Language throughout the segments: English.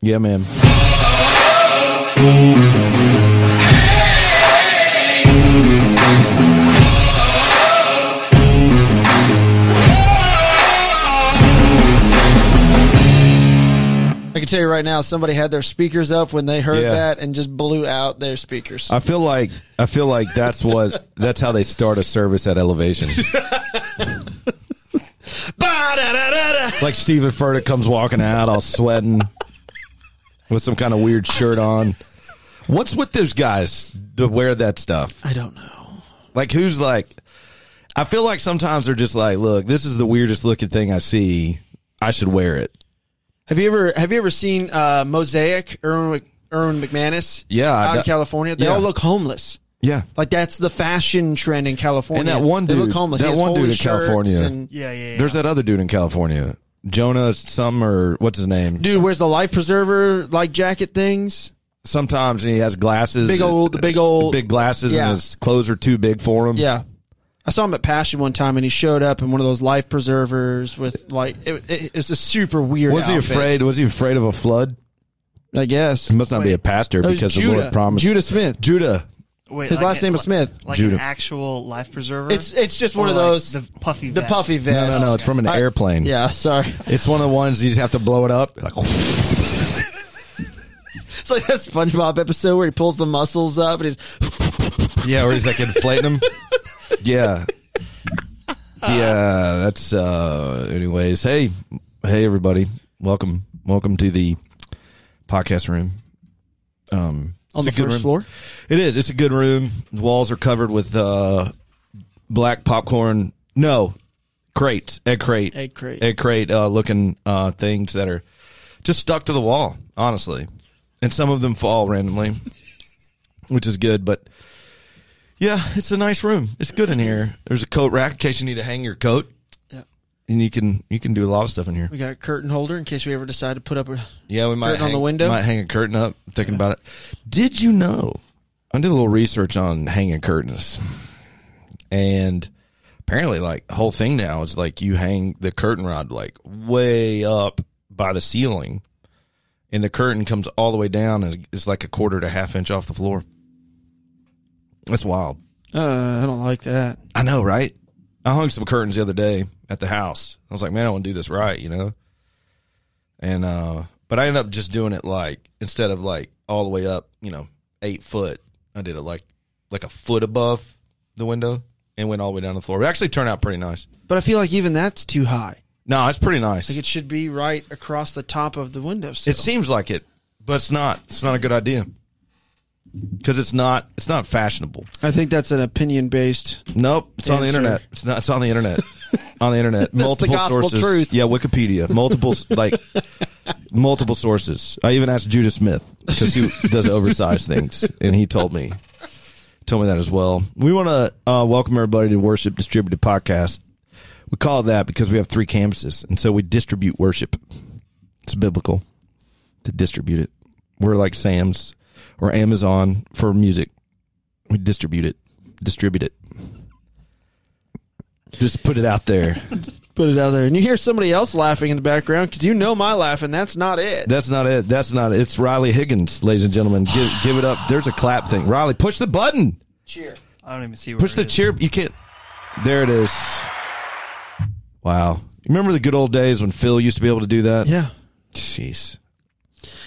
Yeah, man. I can tell you right now, somebody had their speakers up when they heard Yeah. Uh, that and just blew out their speakers. I feel like I feel like that's what that's how they start a service at elevation. Ba-da-da-da-da. Like Stephen Furtick comes walking out, all sweating, with some kind of weird shirt on. What's with those guys that wear that stuff? I don't know. Like who's like I feel like sometimes they're just like, look, this is the weirdest looking thing I see. I should wear it. Have you ever have you ever seen uh, Mosaic Erwin, Mc- Erwin McManus? Yeah, I out in d- California, they yeah. all look homeless. Yeah. Like that's the fashion trend in California. And that one they look dude- homeless. that He has one dude holy in shirts California. and- Yeah, yeah, yeah. There's that other dude in California. Jonah Summer, what's his name? dude wears the life preserver like jacket things. Sometimes he has glasses. Big old, the big old, big glasses Yeah. and his clothes are too big for him. yeah. I saw him at Passion one time, and he showed up in one of those life preservers with like it, it, it's a super weird. Was he outfit, afraid? Was he afraid of a flood? I guess He must not be a pastor That was because Judah. the Lord promised Judah Smith. Judah. Wait, His like last a- name is Smith. Like Judah. an actual life preserver. It's it's just one Or of like those the puffy the vest? puffy No, vest. no, no. It's from an I- airplane. Yeah, sorry. It's one of the ones you just have to blow it up. Like, It's like that SpongeBob episode where he pulls the muscles up and he's yeah, or he's like inflating them. yeah. Yeah, that's uh anyways. Hey, hey everybody. Welcome. Welcome to the podcast room. Um on it's the a good first room. floor. It is. It's a good room. The walls are covered with uh, black popcorn. No, crates, egg crate, Egg crate. egg crate uh, looking uh, things that are just stuck to the wall. Honestly, and some of them fall randomly, which is good. But yeah, it's a nice room. It's good in here. There's a coat rack in case you need to hang your coat. Yeah. And you can you can do a lot of stuff in here. We got a curtain holder in case we ever decide to put up a Yeah, we might Curtain on hang, the window? Might hang a curtain up. Thinking about it. Did you know? I did a little research on hanging curtains, and apparently, like the whole thing now is like you hang the curtain rod like way up by the ceiling, and the curtain comes all the way down and it's like a quarter to half inch off the floor. That's wild. Uh, I don't like that. I know, right? I hung some curtains the other day at the house. I was like, man, I want to do this right, you know? And, uh, but I ended up just doing it like, instead of like all the way up, you know, eight foot, I did it like, like a foot above the window and went all the way down to the floor. It actually turned out pretty nice. But I feel like even that's too high. No, it's pretty nice. Like it should be right across the top of the windowsill. It seems like it, but it's not. It's not a good idea. Cause it's not, it's not fashionable. I think that's an opinion based. Nope, it's on the Answer. internet. It's not. It's on the internet. on the internet, multiple gospel sources. truth. Yeah, Wikipedia, multiple like multiple sources. I even asked Judah Smith because he does oversized things, and he told me told me that as well. We want to uh, welcome everybody to Worship Distributed Podcast. We call it that because we have three campuses, and so we distribute worship. It's biblical to distribute it. We're like Sam's or Amazon for music. We distribute it, distribute it. Just put it out there. Put it out there, and you hear somebody else laughing in the background because you know my laugh, and that's not it. That's not it. That's not it. It's Riley Higgins, ladies and gentlemen. Give, give it up. There's a clap thing. Riley, push the button. Cheer. I don't even see where. Push it the is. cheer. You can't. There it is. Wow. Remember the good old days when Phil used to be able to do that? Yeah, Jeez.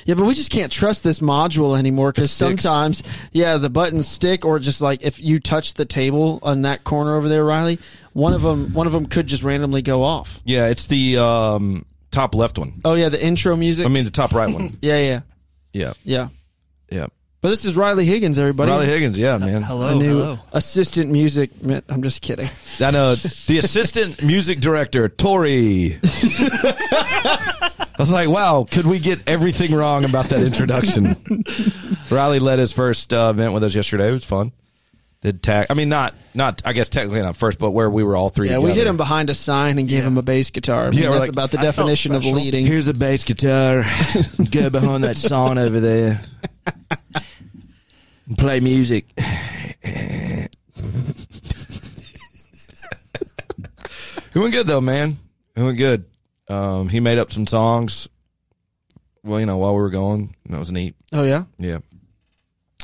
yeah, but we just can't trust this module anymore It because sticks. sometimes, yeah, the buttons stick, or just like if you touch the table on that corner over there, Riley, one of them, one of them could just randomly go off. Yeah, it's the um, top left one. Oh yeah, the intro music. I mean, the top right one. yeah, yeah, Yeah. yeah. Yeah. But this is Riley Higgins, everybody. Riley Higgins. Yeah, man. my Hello, new hello. assistant music. man, I'm just kidding. I know the assistant music director, Tori. I was like, wow, could we get everything wrong about that introduction? Riley led his first uh, event with us yesterday. It was fun. Did tag? I mean, not not. I guess technically not first, but where we were all three. Yeah, we hit together. him behind a sign and gave him a bass guitar. I mean, Yeah, we're that's like, about the I felt definition of special. leading. Here's the bass guitar. Go behind that song over there. And play music. it went good though, man. It went good. Um, he made up some songs. well, you know, while we were going, that was neat. Oh yeah. Yeah.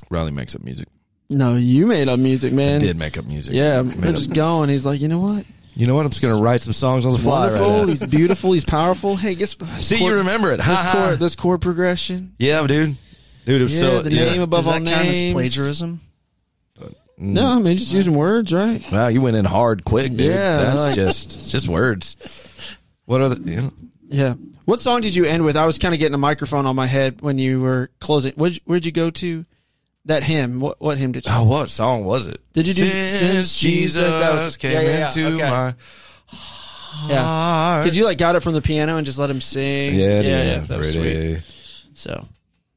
Riley makes up music. No, you made up music, man. Did make up music. Yeah, Made we're up- just going. He's like, you know what? you know what? I'm just gonna write some songs on the He's fly. Right wonderful. now. he's beautiful. He's powerful. Hey, guess See, chord- you remember it. Ha this ha. chord, this chord progression. Yeah, dude. Dude, it was Yeah, so. the yeah. name of- Above Does that all count as names. plagiarism? Mm. No, I mean just using words, right? Wow, you went in hard, quick, dude. Yeah, that's like- just it's just words. What other? You know, Yeah. What song did you end with? I was kind of getting a microphone on my head when you were closing. Where'd you, where'd you go to? That hymn. What what hymn did you? oh, what song was it? Did you do- since, Since Jesus Jesus- that was- came yeah, yeah, yeah, into okay. my yeah. heart? Because you like got it from the piano and just let him sing. yeah, dude, Ah, yeah, that was sweet. pretty. So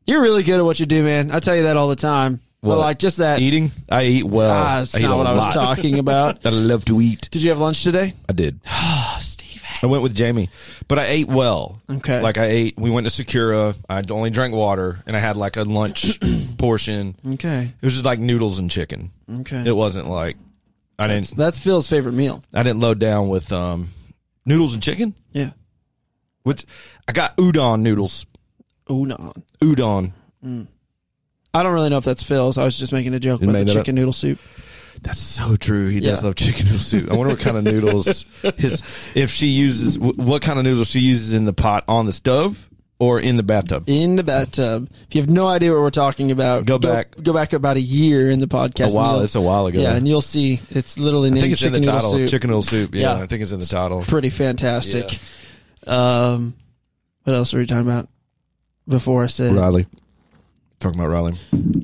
you're really good at what you do, man. I tell you that all the time. What? But like just that. Eating, I eat well. ah, that's I eat not a what I was lot. talking about. That I love to eat. Did you have lunch today? I did. Oh, Steve. I went with Jamie, but I ate well. Okay. Like I ate. We went to Secura. I only drank water, and I had like a lunch portion. Okay. It was just like noodles and chicken. Okay. It wasn't like I didn't. That's Phil's favorite meal. I didn't load down with um, noodles and chicken. Yeah. Which I got udon noodles. Udon. Udon. I don't really know if that's Phil's. I was just making a joke You about the made that up? chicken noodle soup. That's so true. He does Yeah. love chicken noodle soup. I wonder what kind of noodles his if she uses wh- what kind of noodles she uses in the pot on the stove or in the bathtub. In the bathtub. If you have no idea what we're talking about, Go back. Go back about a year in the podcast. A while. and It's a while you'll- ago. yeah, and you'll see it's literally named I think it's in chicken the noodle title. soup. Chicken noodle soup. Yeah, Yeah. I think it's in the title. Pretty fantastic. Um, what else were we talking about before I said? Riley. Talking about Riley.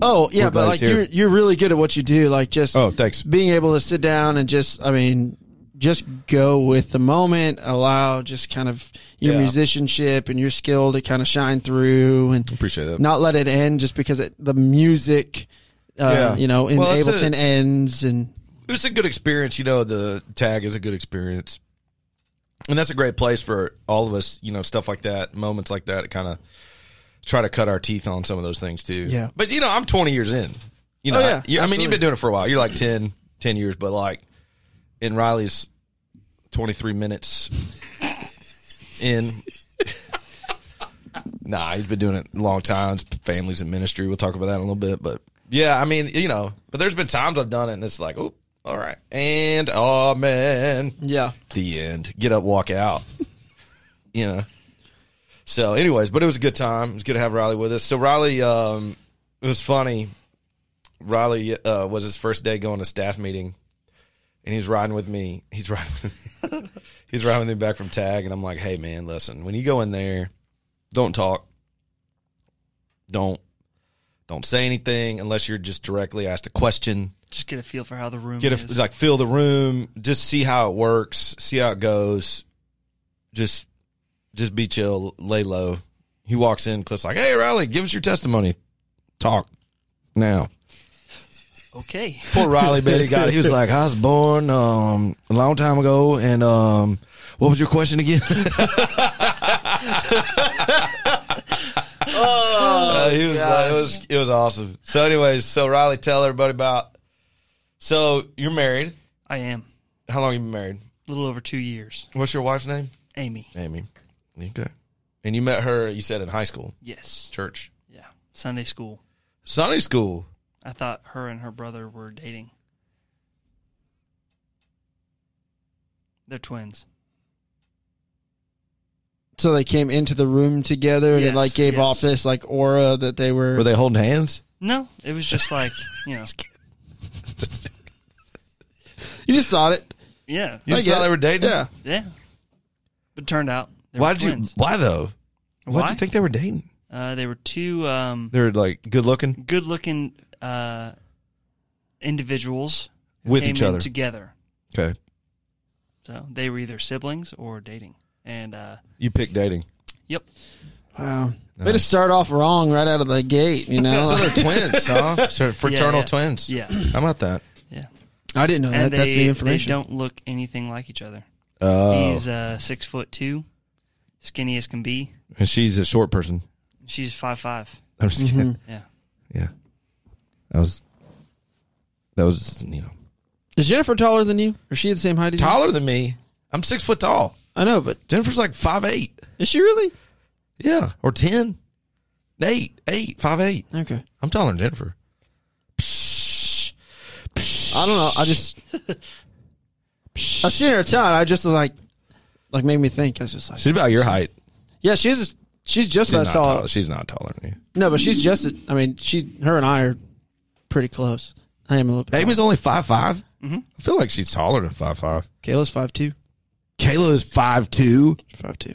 Oh yeah, We're glad but like he's here. you're you're really good at what you do. Like just Oh, thanks. being able to sit down and just I mean just go with the moment, allow just kind of your Yeah. musicianship and your skill to kind of shine through and Appreciate that. not let it end just because it, the music uh, Yeah. you know in Well, that's Ableton it. ends and it was a good experience. You know, the tag is a good experience, and that's a great place for all of us. You know, stuff like that, moments like that, kind of try to cut our teeth on some of those things too. Yeah. But you know, I'm 20 years in. You know, I, Oh, yeah, you- I mean, absolutely. you've been doing it for a while. You're like 10, 10 years, but like in Riley's 23 minutes in. Nah, he's been doing it a long time. It's Families in ministry. We'll talk about that in a little bit. But yeah, I mean, you know, but there's been times I've done it and it's like, oh, all right. And amen. yeah The end. Get up, walk out. you know. So, anyways, but it was a good time. It was good to have Riley with us. So, Riley, um, it was funny. Riley uh, was his first day going to staff meeting, and he's riding with me. He's riding with me. he's riding with me back from tag, and I'm like, "Hey, man, listen. When you go in there, don't talk. Don't don't say anything unless you're just directly asked a question. Just get a feel for how the room Get is. a, like fill the room. Just see how it works. See how it goes. Just just be chill. Lay low. He walks in. Cliff's like, "Hey, Riley, give us your testimony. Talk now." okay. poor Riley Betty got it. He was like, I was born um, a long time ago, and um, what was your question again? Uh, he was like, it was it was awesome. So, anyways, so Riley, tell everybody about. So you're married. I am. How long you been married? A little over two years. What's your wife's name? Amy. Amy. Okay. And you met her. You said in high school, Yes. church, Yeah. Sunday school. Sunday school. I thought her and her brother were dating. They're twins. so they came into the room together and it Yes, like gave yes. off this like aura that they were, Were they holding hands? No, it was just like, you know, you just saw it yeah. You I just get thought it. they were dating. Yeah. Yeah. But turned out they Why were did you? twins. Why though? Why Why? do you think they were dating? Uh, they were two um, They're like good looking. good looking uh, individuals who With came each in other. together. Okay. So they were either siblings or dating. And uh, You pick dating. yep. wow way to Nice. start off wrong right out of the gate you know So they're twins, huh? So fraternal Yeah, yeah. twins. Yeah. How about that? Yeah. I didn't know that. And they, Uh, That's new they information. don't look anything like each other. Oh, He's uh, six foot two, skinny as can be. and she's a short person. She's five five. I'm just kidding. Yeah. Yeah, that was that was you know Is Jennifer taller than you? Is she the same height as you? taller than me. I'm six foot tall. I know, but Jennifer's like five eight. is she really? Yeah, or ten. Eight, eight, five, eight. Okay. I'm taller than Jennifer. I don't know. I just I've seen her ton. I just was like, like made me think. I was just like, She's about your height. yeah, she's she's just She's about not as tall. taller. She's not taller than you. No, but she's just. I mean, she, her, and I are pretty close. I am a little. bit Amy's only five five. Mm-hmm. I feel like she's taller than five five. Kayla's five two. Kayla is five two. Five two.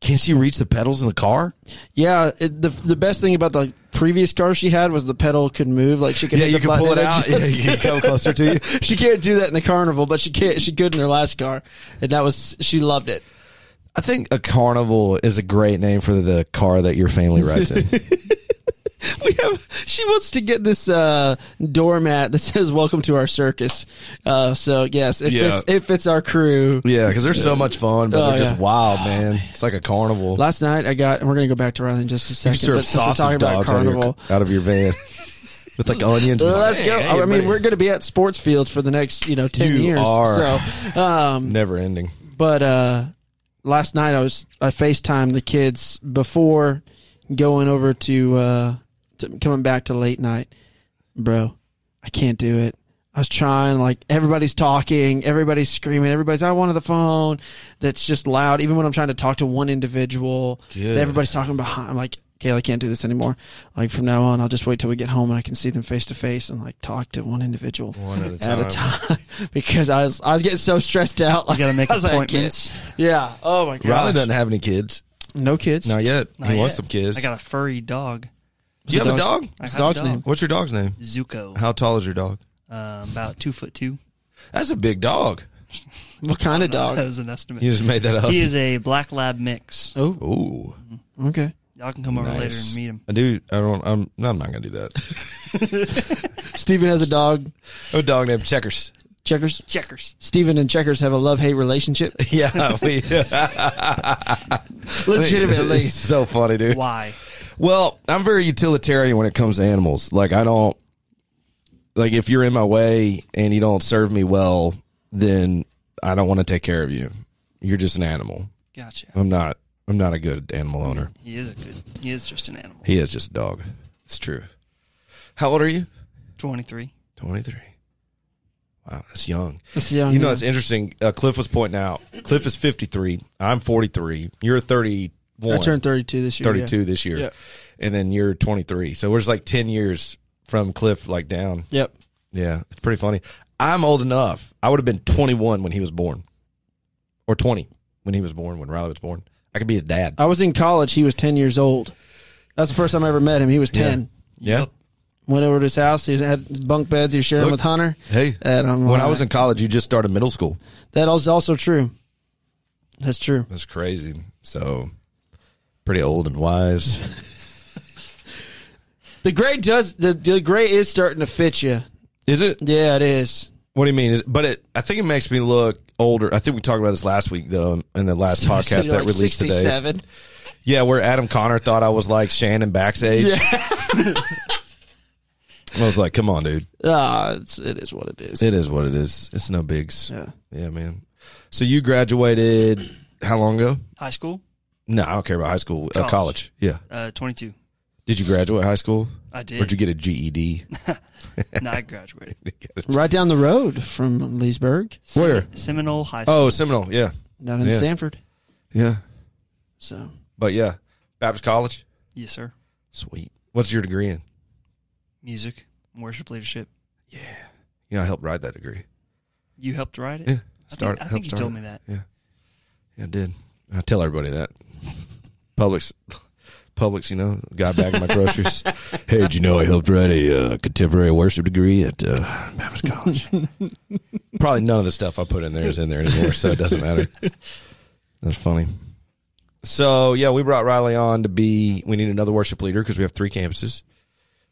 Can she reach the pedals in the car? Yeah, it, the the best thing about the previous car she had was the pedal could move. Like she could hit the button and just- can come closer to you. she can't do that in the carnival, but she can't. She could in her last car, and that was she loved it. I think a carnival is a great name for the car that your family rides in. We have. She wants to get this uh, doormat that says "Welcome to our circus." Uh, so yes, if Yeah. it's if it's our crew. yeah, because they're so much fun, but Oh, they're just yeah. wild, man. It's like a carnival. Last night I got. and We're gonna go back to Riley in just a second. you serve but since we're sausage talking about dogs out of, your, carnival. out of your van with like onions. Well, let's Hey, go. hey, I mean, buddy. we're going to be at sports fields for the next, you know, 10 You years. are. So, um, never ending. but, uh, last night I was, I FaceTimed the kids before going over to, uh, to coming back to late night. Bro, I can't do it. I was trying, like, everybody's talking, everybody's screaming, everybody's, I wanted the phone. That's just loud. Even when I'm trying to talk to one individual, Good. everybody's talking behind. I'm like, Kayla, I can't do this anymore. Like, from now on, I'll just wait till we get home and I can see them face to face and, like, talk to one individual One at a at a time because I was, I was getting so stressed out. Like, You gotta make I was like, I can't- appointments. yeah. Oh, my Riley God. doesn't have any kids. No kids. Not yet. Not he wants yet. some kids. I got a furry dog. Do you have a dog? Dog's- I What's have a dog's dog. name? What's your dog's name? Zuko. How tall is your dog? Uh, about two foot two. That's a big dog. What kind of That dog? was an estimate. You just made that up. He is a black lab mix. Oh, Ooh, okay. Y'all can come over later nice. and meet him. I do. I don't. I'm. no, I'm not gonna do that. Steven has a dog. I have a dog named Checkers. Checkers. Checkers. Steven and Checkers have a love hate relationship. Yeah, we. Legitimately. It's so funny, dude. Why? Well, I'm very utilitarian when it comes to animals. Like I don't like if you're in my way and you don't serve me well, then I don't want to take care of you. You're just an animal. Gotcha. I'm not I'm not a good animal owner. He is a good. He is just an animal. He is just a dog. It's true. How old are you? Twenty three. 23. Wow, that's young. That's young. You know, it's interesting. Uh, Cliff was pointing out Cliff is 53. I'm 43. You're 31. I turned 32 this year. 32 this year. Yeah. And then you're 23. So we're just like 10 years from Cliff, like down. Yeah. Yep. Yeah. It's pretty funny. I'm old enough. I would have been 21 when he was born, or 20 when he was born, when Riley was born. I could be his dad. I was in college. He was 10 years old. That's the first time I ever met him. He was 10. Yeah. Yep. Went over to his house. He had bunk beds. He was sharing Look. with Hunter. Hey. And I'm When like, I was in college, you just started middle school. that is also true. That's true. That's crazy. So pretty old and wise. The gray does the the gray is starting to fit you. Is it? Yeah, it is. What do you mean? Is, but it, I think it makes me look older. I think we talked about this last week, though, in the last So podcast you're that like released today. 67. Yeah, where Adam Connor thought I was like Shannon Backsage. I was like, come on, dude. Ah, it's, it is what it is. It is what it is. It's no bigs. Yeah. Yeah, man. So you graduated how long ago? High school. No, I don't care about high school. College. Uh, College. college. Yeah. Uh, twenty two. Did you graduate high school? I Or did did. you get a E GED? no, I graduated. Right down the road from Leesburg, Where? Seminole High School. Oh, Seminole. Yeah. down in Yeah. Sanford. Yeah. So But yeah, Baptist College. Yes, sir. Sweet. What's your degree in? Music, worship leadership. You know, I helped write that degree. You helped write it. Yeah. I Start, think, I helped think you start told it. me that. Yeah, I did. I tell everybody that. Publix, Publix, you know, guy bagging my groceries. hey, did you know I helped write a uh, contemporary worship degree at uh, Baptist College? Probably none of the stuff I put in there is in there anymore, so it doesn't matter. That's funny. So yeah, we brought Riley on to be. We need another worship leader because we have three campuses.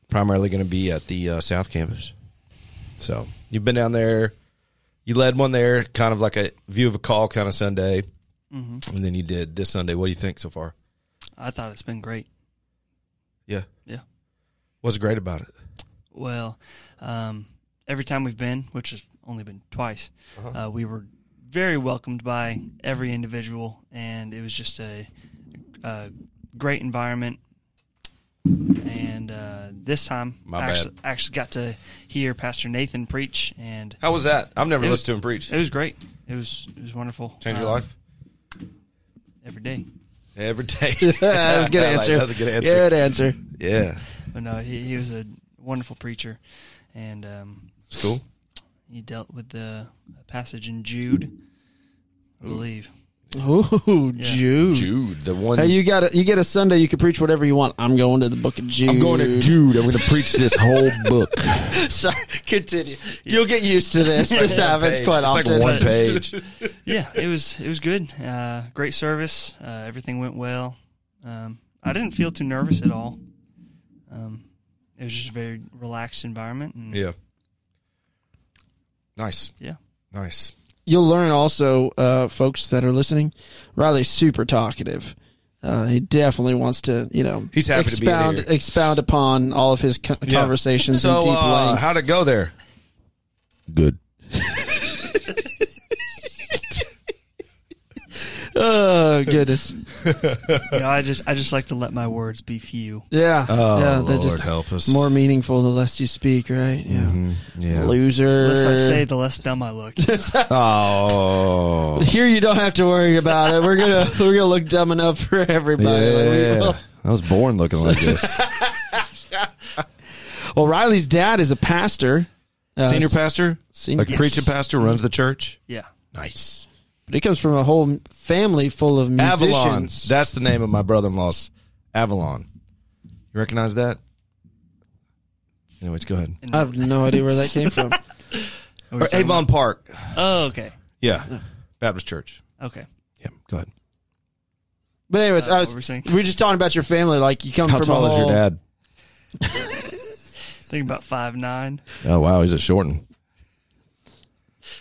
Primarily going to be at the uh, South Campus. So you've been down there. You led one there, kind of like a view of a call kind of Sunday. hmm And then you did this Sunday. What do you think so far? I thought it's been great. Yeah. Yeah. What's great about it? Well, um, every time we've been, which has only been twice, Uh-huh. uh, we were very welcomed by every individual, and it was just a, a great environment. this time My I bad. actually, actually got to hear Pastor Nathan preach, and How was that? I've never It was- listened to him preach. it was great. It was it was wonderful. Change your Um, life every day. every day. that's a good I like- answer. that's a good answer. Good answer. Yeah, But no, he, he was a wonderful preacher, and um, it's cool. he dealt with the passage in Jude, I believe. Ooh, Yeah. Jude. Jude, the one. Hey, you got a, you get a Sunday. You can preach whatever you want. I'm going to the Book of Jude. I'm going to Jude. I'm going to preach this whole book. Sorry, continue. You'll get used to this. This happens Page. quite it's often. like one page. yeah, it was it was good. Uh, great service. Uh, everything went well. Um, I didn't feel too nervous at all. Um, it was just a very relaxed environment. And Yeah. Nice. Yeah. Nice. You'll learn also, uh, folks that are listening. Riley's super talkative. Uh, he definitely wants to, you know, He's happy to be in expound here. expound upon all of his co- Yeah. conversations so, in deep uh, lengths. How'd it go there? Good. oh goodness, You know, I just I just like to let my words be few. yeah, Oh, yeah. Lord They're just help us. more meaningful the less you speak, right? Yeah, Mhm. Yeah. loser. The less I say, the less dumb I look. Oh. Here you don't have to worry about it. We're gonna we're gonna look dumb enough for everybody. Like, we will. Yeah. I was born looking like this. Well, Riley's dad is a pastor, uh, Senior pastor? senior- Like preaching pastor runs the church? yeah, Nice. but he comes from a whole family full of musicians. Avalon. That's the name of my brother in law's Avalon. You recognize that? Anyways, go ahead. I have no idea where that came from. Or Avon Park. Oh, okay, Yeah. Baptist Church. okay. Yeah. Go ahead. But anyways, Uh, I what was were we we saying? were just talking about your family. Like you come How from tall a is whole, your dad? Thinking about five nine. Oh, wow. He's a short one.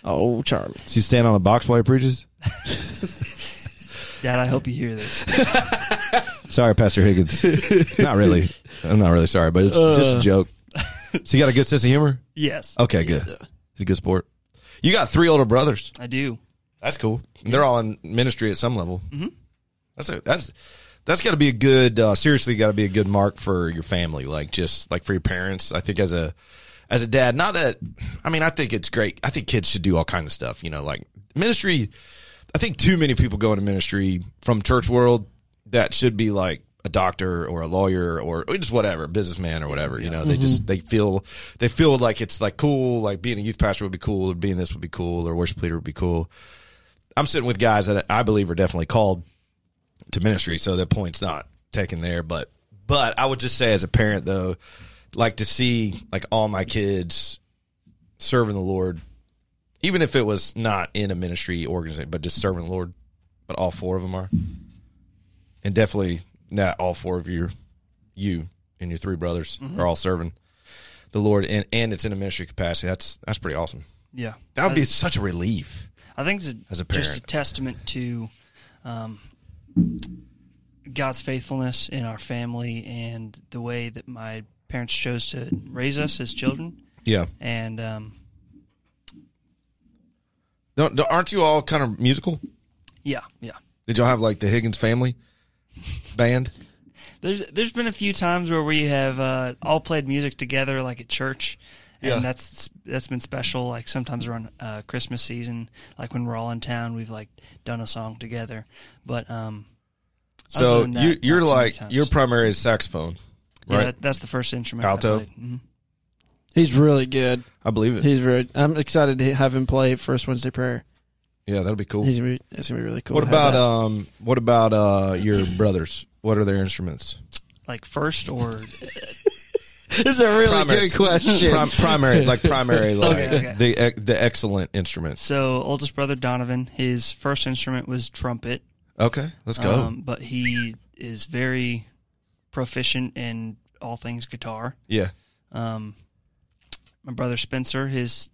Oh, Charlie. Does he stand on a box while he preaches? Dad, I hope you hear this. Sorry, Pastor Higgins. not really. I'm not really sorry, but it's just a joke. So you got a good sense of humor? Yes, Okay, good. He's a good sport. You got three older brothers. I do. That's cool. And They're all in ministry at some level. Mm-hmm. That's a, that's that's got to be a good. Uh, seriously, got to be a good mark for your family. Like just like for your parents. I think as a as a dad, not that. I mean, I think it's great. I think kids should do all kinds of stuff. You know, like ministry. I think too many people go into ministry from church world that should be like a doctor or a lawyer or or just whatever businessman or whatever you know they just they feel they feel like it's like cool like being a youth pastor would be cool or being this would be cool or worship leader would be cool I'm sitting with guys that I believe are definitely called to ministry, so that point's not taken there. But but I would just say as a parent though, like to see like all my kids serving the Lord, even if it was not in a ministry organization, but just serving the Lord. But all four of them are, and definitely not all four of you, you and your three brothers are all serving the Lord, and and it's in a ministry capacity. That's that's pretty awesome. Yeah, That would I- be such a relief. I think it's a, As a just a parent. testament to um, God's faithfulness in our family and the way that my parents chose to raise us as children. Yeah. And um, Don't, don't- aren't you all kind of musical? yeah, yeah. Did y'all have like the Higgins family band? There's there's been a few times where we have uh, all played music together, like at church, and Yeah. that's that's been special. Like sometimes around uh, Christmas season, like when we're all in town, we've like done a song together. But um, So than that, you, you're not too many like times. your primary is saxophone, yeah, right? that, that's the first instrument. Alto? hmm He's really good. I believe it. He's very. I'm excited to have him play first Wednesday prayer. yeah, that'll be cool. He's gonna be. It's gonna be really cool. What to have about that. um? What about uh? Your brothers? What are their instruments? Like first or uh, It's a really primaries. good question. Prim- primary, like primary, like okay. the ec- the excellent instruments. So oldest brother Donovan, his first instrument was trumpet, Okay, let's go. um, but he is very proficient in all things guitar. yeah, Um, my brother Spencer, his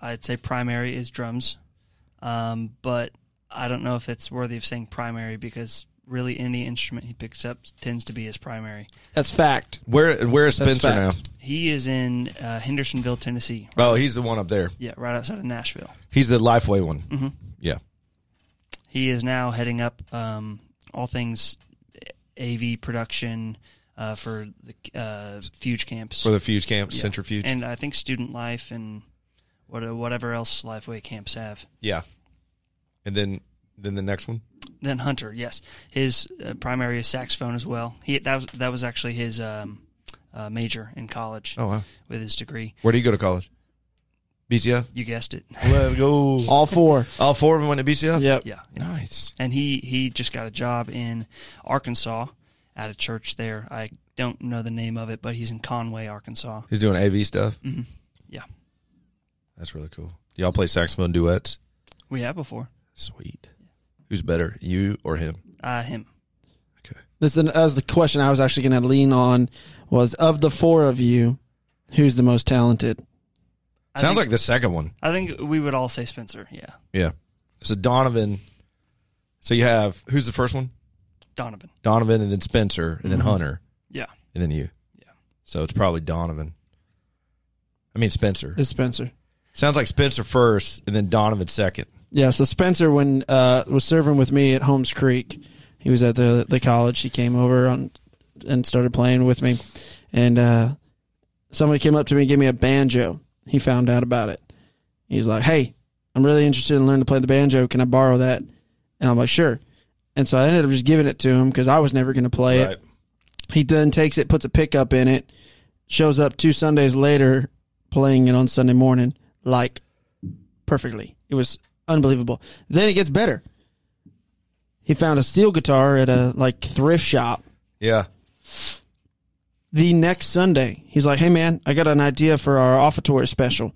I'd say primary is drums, um, but I don't know if it's worthy of saying primary because really any instrument he picks up tends to be his primary. That's fact. where where is That's Spencer now? fact. He is in uh, Hendersonville, Tennessee. Oh, he's the one up there. Yeah, right outside of Nashville. He's the Lifeway one. Mhm. Yeah, he is now heading up um, all things AV production, uh, for the uh, Fuge camps. for the Fuge camps, Yeah. Centrifuge. and I think student life and what, whatever else Lifeway camps have. yeah, and then then the next one. Then Hunter, yes, his uh, primary is saxophone as well. He that was that was actually his um, uh, major in college Oh wow, with his degree. where do you go to college? BCF. You guessed it. Let's go. All four. All four of them went to BCF. Yep. Yeah, Nice. and he he just got a job in Arkansas at a church there. I don't know the name of it, but he's in Conway, Arkansas. He's doing AV stuff. hmm Yeah, That's really cool. Y'all play saxophone duets. we have before Sweet. Who's better, you or him? uh, him. This that was the question I was actually going to lean on was of the four of you, who's the most talented? I Sounds think, like the second one. I think we would all say Spencer. Yeah, Yeah. So Donovan. So you have who's the first one? Donovan. Donovan, and then Spencer, and then Mhm. Hunter, Yeah, and then you. Mm-hmm. Yeah. So it's probably Donovan. I mean Spencer. Is Spencer? Sounds like Spencer first, and then Donovan second. Yeah. So Spencer, when uh, was serving with me at Holmes Creek, he was at the the college. He came over on and started playing with me, and uh, somebody came up to me and gave me a banjo. He found out about it. He's like, "Hey, I'm really interested in learning to play the banjo. Can I borrow that?" And I'm like, "Sure." And so I ended up just giving it to him because I was never going to play it. He then takes it, puts a pickup in it, shows up two Sundays later playing it on Sunday morning, like perfectly. It was unbelievable. Then it gets better. He found a steel guitar at a like thrift shop Yeah. the next Sunday. He's like, "Hey man, I got an idea for our offertory special,"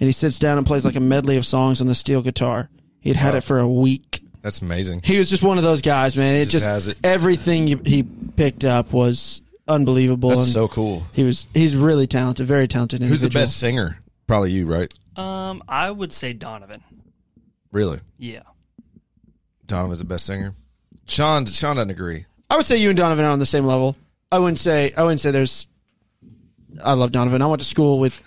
and he sits down and plays like a medley of songs on the steel guitar. He'd had Wow. it for a week. That's amazing. He was just one of those guys, man. It Just just, has it. everything he- he picked up was unbelievable. That's and so cool. he was he's really talented, very talented Who's the individual. best singer? Probably you, right? um, I would say Donovan. Really? Yeah, Donovan's the best singer. Sean Sean doesn't agree. I would say you and Donovan are on the same level. I wouldn't say I wouldn't say there's. I love Donovan. I went to school with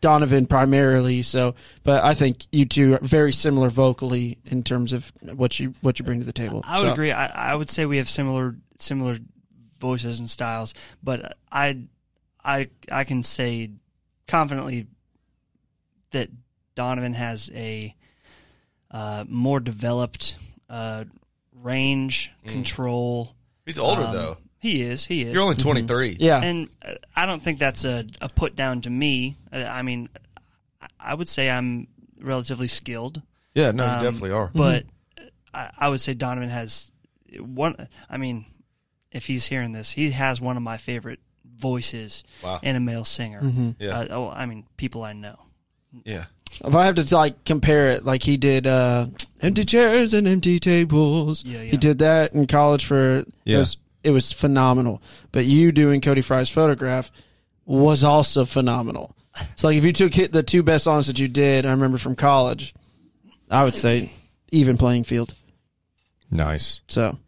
Donovan primarily, so but I think you two are very similar vocally in terms of what you what you bring to the table. I would So, agree. I, I would say we have similar similar voices and styles, but I I I can say confidently that Donovan has a uh, more developed uh, range control. He's Mm. older Um, though. He is. He is. You're only twenty three. Mm-hmm. Yeah, and uh, I don't think that's a, a put down to me. Uh, I mean, I- I would say I'm relatively skilled Yeah, no, Um, you definitely are. but I, I would say Donovan has one. I mean, if he's hearing this, he has one of my favorite voices Wow. Mm-hmm. in a male singer. Yeah. Uh, oh, I mean, people I know. Yeah. if I have to like compare it, like he did uh, empty chairs and empty tables. Yeah, yeah. He did that in college for Yeah. it was it was phenomenal. But you doing Cody Fry's photograph was also phenomenal. So like if you took hit the two best songs that you did, I remember from college, I would say even playing field. Nice. So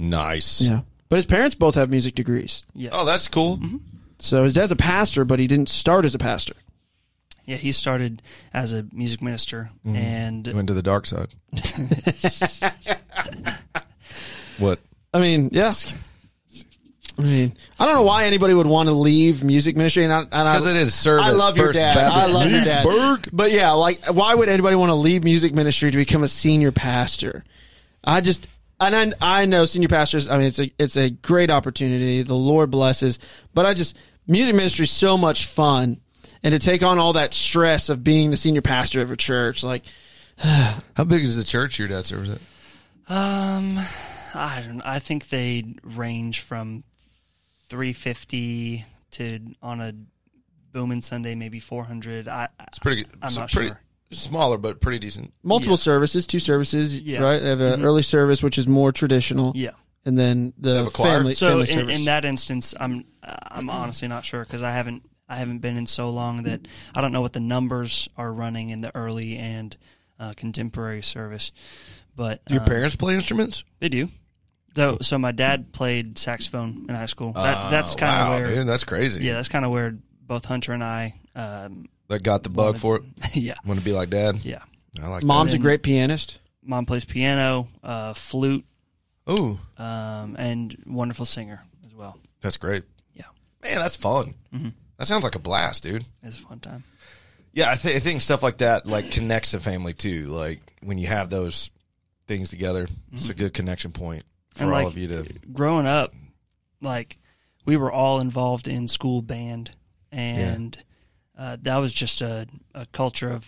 Nice. yeah. But his parents both have music degrees. Yes. Oh, that's cool. Mm-hmm. So his dad's a pastor, but he didn't start as a pastor. yeah. He started as a music minister, Mm-hmm. You and went to the dark side. what? I mean, yeah. I mean, I don't know why anybody would want to leave music ministry. And I, and I, Because I didn't serve. I at love your First dad. Baptist I love your dad. Leesburg. But yeah, like, why would anybody want to leave music ministry to become a senior pastor? I just, and I, I know senior pastors. I mean, it's a it's a great opportunity. The Lord blesses, but I just music ministry is so much fun, and to take on all that stress of being the senior pastor of a church, like How big is the church your dad serves at? um, I don't. I think they range from three fifty to on a booming Sunday maybe four hundred. I It's pretty. I'm it's not pretty, sure. Smaller, but pretty decent. multiple Yeah. services, two services, Yeah. right? They have an early service which is more traditional, yeah. and then have the a choir? family so family in, service. in that instance i'm i'm honestly not sure because i haven't i haven't been in so long that i don't know what the numbers are running in the early and uh, contemporary service but Do your Uh, um, parents play instruments? they do so so my dad played saxophone in high school that, that's Oh, kind of wow, where dude, that's crazy. yeah that's kind of where both hunter and i um that got the bug for it. yeah Want to be like dad? yeah I like. Mom's a then- great pianist. mom plays piano uh flute That. Ooh, um and wonderful singer as well That's great. Yeah, Man, that's fun. That sounds like a blast, dude. it's a fun time. Yeah, I, th- I think stuff like that like connects a family too. Like when you have those things together, it's a good connection point for And, all like, of you to. growing up, like we were all involved in school band, and uh, that was just a, a culture of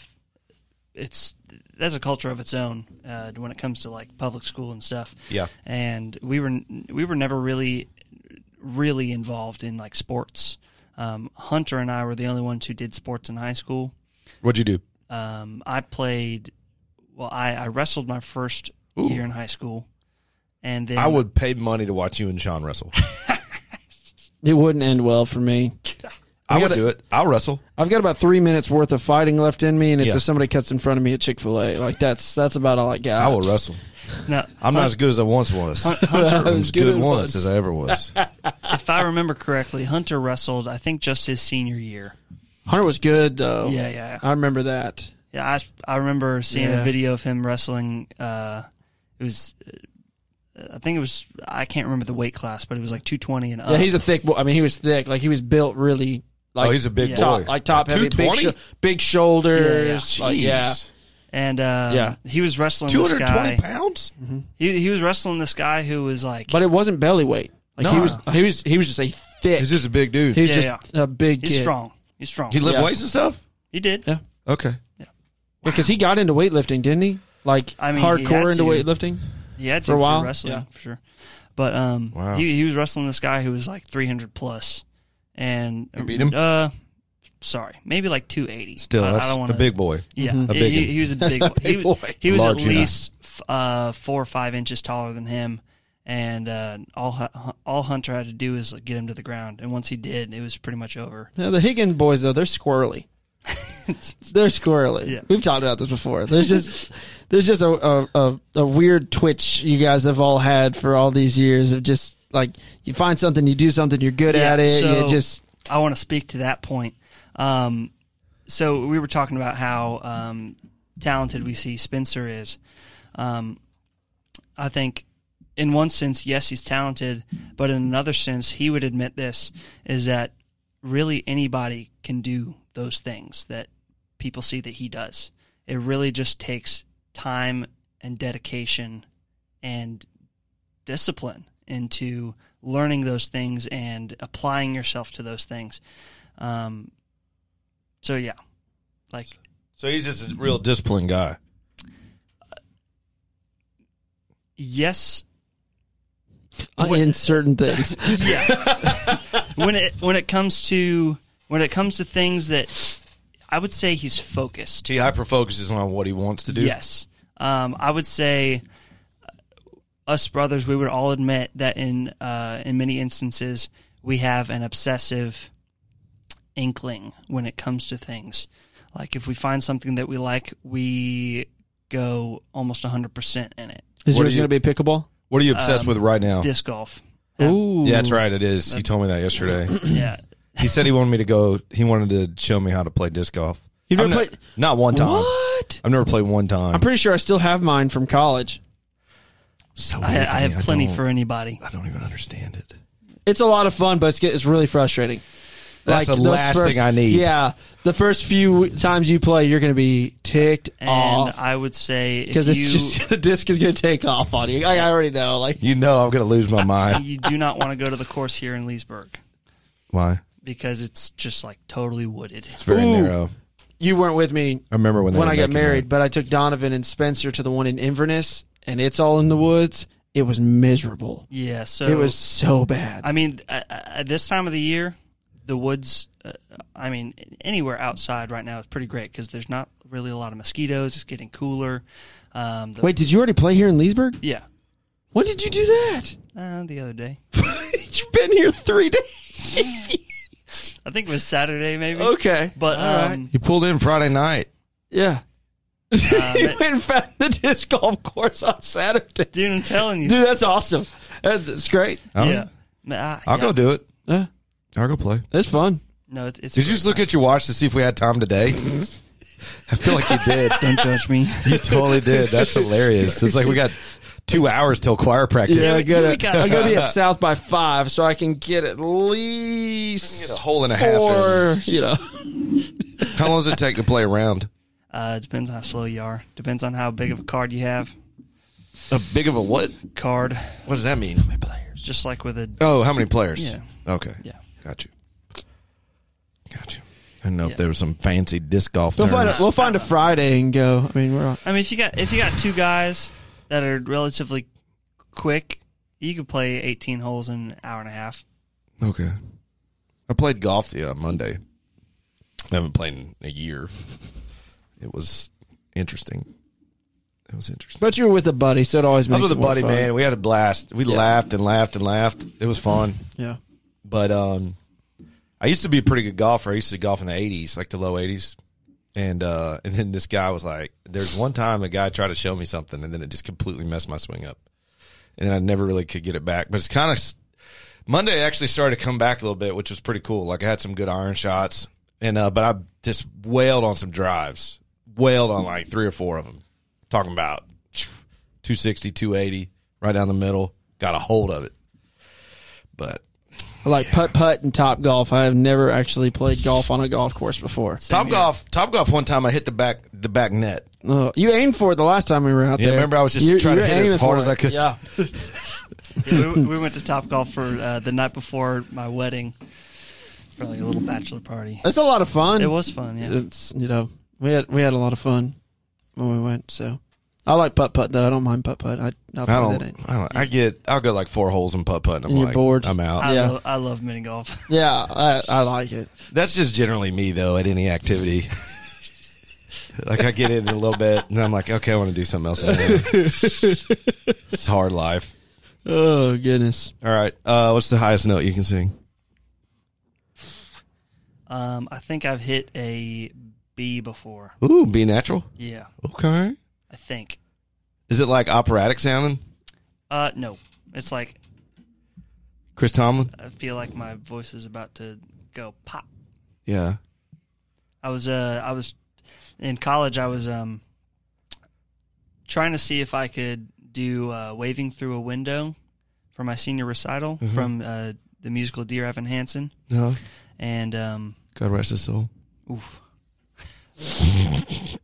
it's that's a culture of its own uh, when it comes to like public school and stuff. Yeah. and we were we were never really really involved in like sports. Um, Hunter and I were the only ones who did sports in high school. What'd you do? Um, I played. Well, I, I wrestled my first year in high school, and then I would pay money to watch you and Sean wrestle. It wouldn't end well for me. I would gotta- do it. I'll wrestle. I've got about three minutes worth of fighting left in me, and it's Yeah. if somebody cuts in front of me at Chick Fil A. Like that's that's about all I got. I will wrestle. No, I'm not as good as I once was. I I'm was as good at once as I ever was. if I remember correctly, Hunter wrestled. I think just his senior year. Hunter was good though. Yeah, yeah. I remember that. Yeah, I I remember seeing Yeah. a video of him wrestling. Uh, it was, uh, I think it was. I can't remember the weight class, but it was like 220 and up. Yeah, he's a thick boy. I mean, he was thick. Like he was built really. Like, oh, he's a big Yeah. boy. top, like top heavy, big, 220? sho- big shoulders. Like, yeah. Jeez. and uh, Yeah. he was wrestling this 220 guy. pounds? He he was wrestling this guy who was like. but it wasn't belly weight. Like he No. was, he was, he was just a thick. He's just a big dude. he was Yeah, just a big he's kid. strong. He's strong. He lift Yeah. weights and stuff? He did. Yeah, Okay. because he got into weightlifting, didn't he? Like I mean, he had hardcore into to. weightlifting. He had to For a while? wrestling Yeah. for sure. But um, Wow. he he was wrestling this guy who was like 300 plus, and You beat him? Uh, sorry, maybe like 280. Still, I- I that's don't wanna- a big boy. Yeah, Mm-hmm. A big he, un. he was a That's big, a boy. He big was, boy. He was at Large unit. least f- uh, four or five inches taller than him, and uh, all Hu- all Hunter had to do was like, get him to the ground. And once he did, it was pretty much over. Now, the Higgins boys though, they're squirrely. they're squirrely. Yeah. We've talked about this before. There's just there's just a, a, a, a weird twitch you guys have all had for all these years of just like you find something, you do something, you're good Yeah, at it. so- you just I want to speak to that point. Um, so we were talking about how um, talented we see Spencer is. Um, I think, in one sense, yes, he's talented, but in another sense, he would admit this is that really anybody can do those things that people see that he does. It really just takes time and dedication and discipline into learning those things and applying yourself to those things. Um, so yeah, like So he's just a real disciplined guy. yes, in certain things. when it when it comes to when it comes to things that I would say he's focused. He hyper focuses on what he wants to do. Yes. Um, I would say uh, us brothers, we would all admit that in uh, in many instances we have an obsessive inkling when it comes to things. Like if we find something that we like, we go almost 100% in it. Is What yours do you- going to be pickleball? What are you obsessed with right now? Disc golf. Ooh, yeah, that's right. It is. He told me that yesterday. Yeah. he said he wanted me to go. He wanted to show me how to play disc golf. You've I've never ne- played- Not one time. What? I've never played one time. I'm pretty sure I still have mine from college. so I, weird to I me. have plenty don't- for anybody. I don't even understand it. It's a lot of fun, but it's, get- it's really frustrating. That's the those last thing I need. Yeah, the first few times you play, you're going to be ticked And off I would say if because it's you, just the disc is going to take off on you. I, I already know. Like You know, I'm gonna lose my mind. you do not want to go to the course here in Leesburg Why? because it's just like totally wooded. It's very Ooh. narrow. you weren't with me I remember when they when were I got making married, that. but I took Donovan and Spencer to the one in Inverness, and it's all in the woods. It was miserable. Yeah, so It was so bad. I mean, at, at this time of the year, the woods. Uh, I mean, anywhere outside right now is pretty great because there's not really a lot of mosquitoes. It's getting cooler. Um, the- Wait, did you already play here in Leesburg? yeah, When did you do that? uh, the other day. You've been here three days. I think it was Saturday, maybe. Okay, But All right. um, You pulled in Friday night. yeah. Uh, you went and found the disc golf course on Saturday. dude, I'm telling you, Dude, that's awesome. That- That's great. I don't yeah. know. Ma- I- I'll yeah. go do it. Yeah, I'll go play. that's fun. No, it's, it's Did you great. just look at your watch to see if we had time today? I feel like you did. Don't judge me. You totally did. That's hilarious. It's like we got two hours till choir practice. Yeah, I we gotta, got I gotta be some. at South by five so I can get at least Get a hole and a half. in. four. You know, How long does it take to play around? Uh, it depends on how slow you are. Depends on how big of a card you have. A big of a what? Card, What does that mean? just like with a Oh, how many players? Yeah. Okay. yeah. Got you. Got you. I don't know Yeah. if there was some fancy disc golf. we'll find a, tournaments. we'll find a Friday and go. I mean, we're all, I mean, if you got if you got two guys that are relatively quick, you could play 18 holes in an hour and a half. Okay. I played golf the uh, Monday. I haven't played in a year. It was interesting. It was interesting. but you were with a buddy, so it always I makes was with it a more buddy, fun. man. We had a blast. We Yeah. laughed and laughed and laughed. It was fun. Yeah, But um, I used to be a pretty good golfer. I used to golf in the '80s, like the low '80s, and uh, and then this guy was like, "There's one time a guy tried to show me something, and then it just completely messed my swing up, and then I never really could get it back." But it's kind of Monday actually started to come back a little bit, which was pretty cool. Like I had some good iron shots, and uh, but I just wailed on some drives, wailed on like three or four of them, talking about 260, 280, right down the middle. Got a hold of it, but I like putt putt and top golf. I have never actually played golf on a golf course before. Top golf, top golf. One time I hit the back, the back net. Oh, you aimed for it the last time we were out Yeah, there. remember I was just trying to were hit as aiming hard for as I it. could. Yeah, Yeah, we, we went to Top Golf for uh, the night before my wedding for like a little bachelor party. it's a lot of fun. It was fun. Yeah, It's you know we had we had a lot of fun when we went. So I like putt putt though. I don't mind putt putt. I I'll play I that in. don't, I don't. I get. I'll go like four holes and putt putt. And I'm And you're like, bored. I'm out. I, yeah. lo- I love mini golf. Yeah, I, I like it. That's just generally me though at any activity. like I get in a little bit, and I'm like, okay, I want to do something else. Anyway. it's hard life. Oh goodness. All right. Uh, what's the highest note you can sing? Um, I think I've hit a B before. Ooh, be natural. Yeah, Okay. I think. Is it like operatic sounding? Uh, no, it's like Chris Tomlin. I feel like my voice is about to go pop. Yeah. I was uh I was in college I was um trying to see if I could do uh, waving through a window for my senior recital Mm-hmm. from uh, the musical Dear Evan Hansen No. and um God rest his soul. oof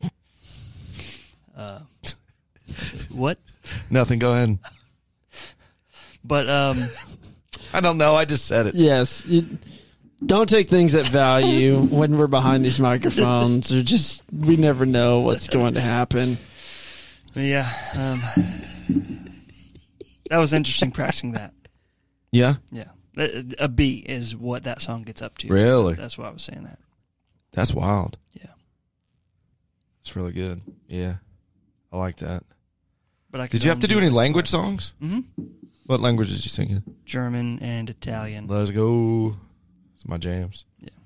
uh, what Nothing. Go ahead. but um I don't know. I just said it. Yes. You, don't take things at value when we're behind these microphones. Or just we never know what's going to happen. yeah um that was interesting practicing that Yeah. yeah a, a B is what that song gets up to Really? that's why I was saying that That's wild. yeah It's really good. Yeah. I like that. But I Did you have to do any language songs? hmm What language did you sing in? German and Italian. Let's go. It's my jams. Yeah.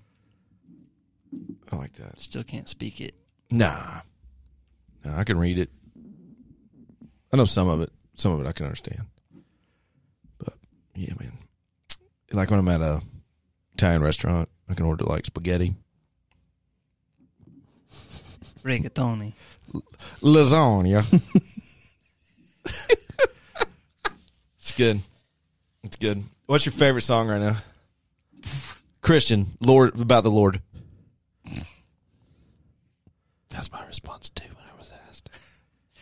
I like that. Still can't speak it. Nah. Nah, I can read it. I know some of it. Some of it I can understand. But yeah, man. Like when I'm at a Italian restaurant, I can order like spaghetti. Rigatoni. lasagna. it's good. It's good. What's your favorite song right now? Christian, Lord about the Lord. That's my response too when I was asked.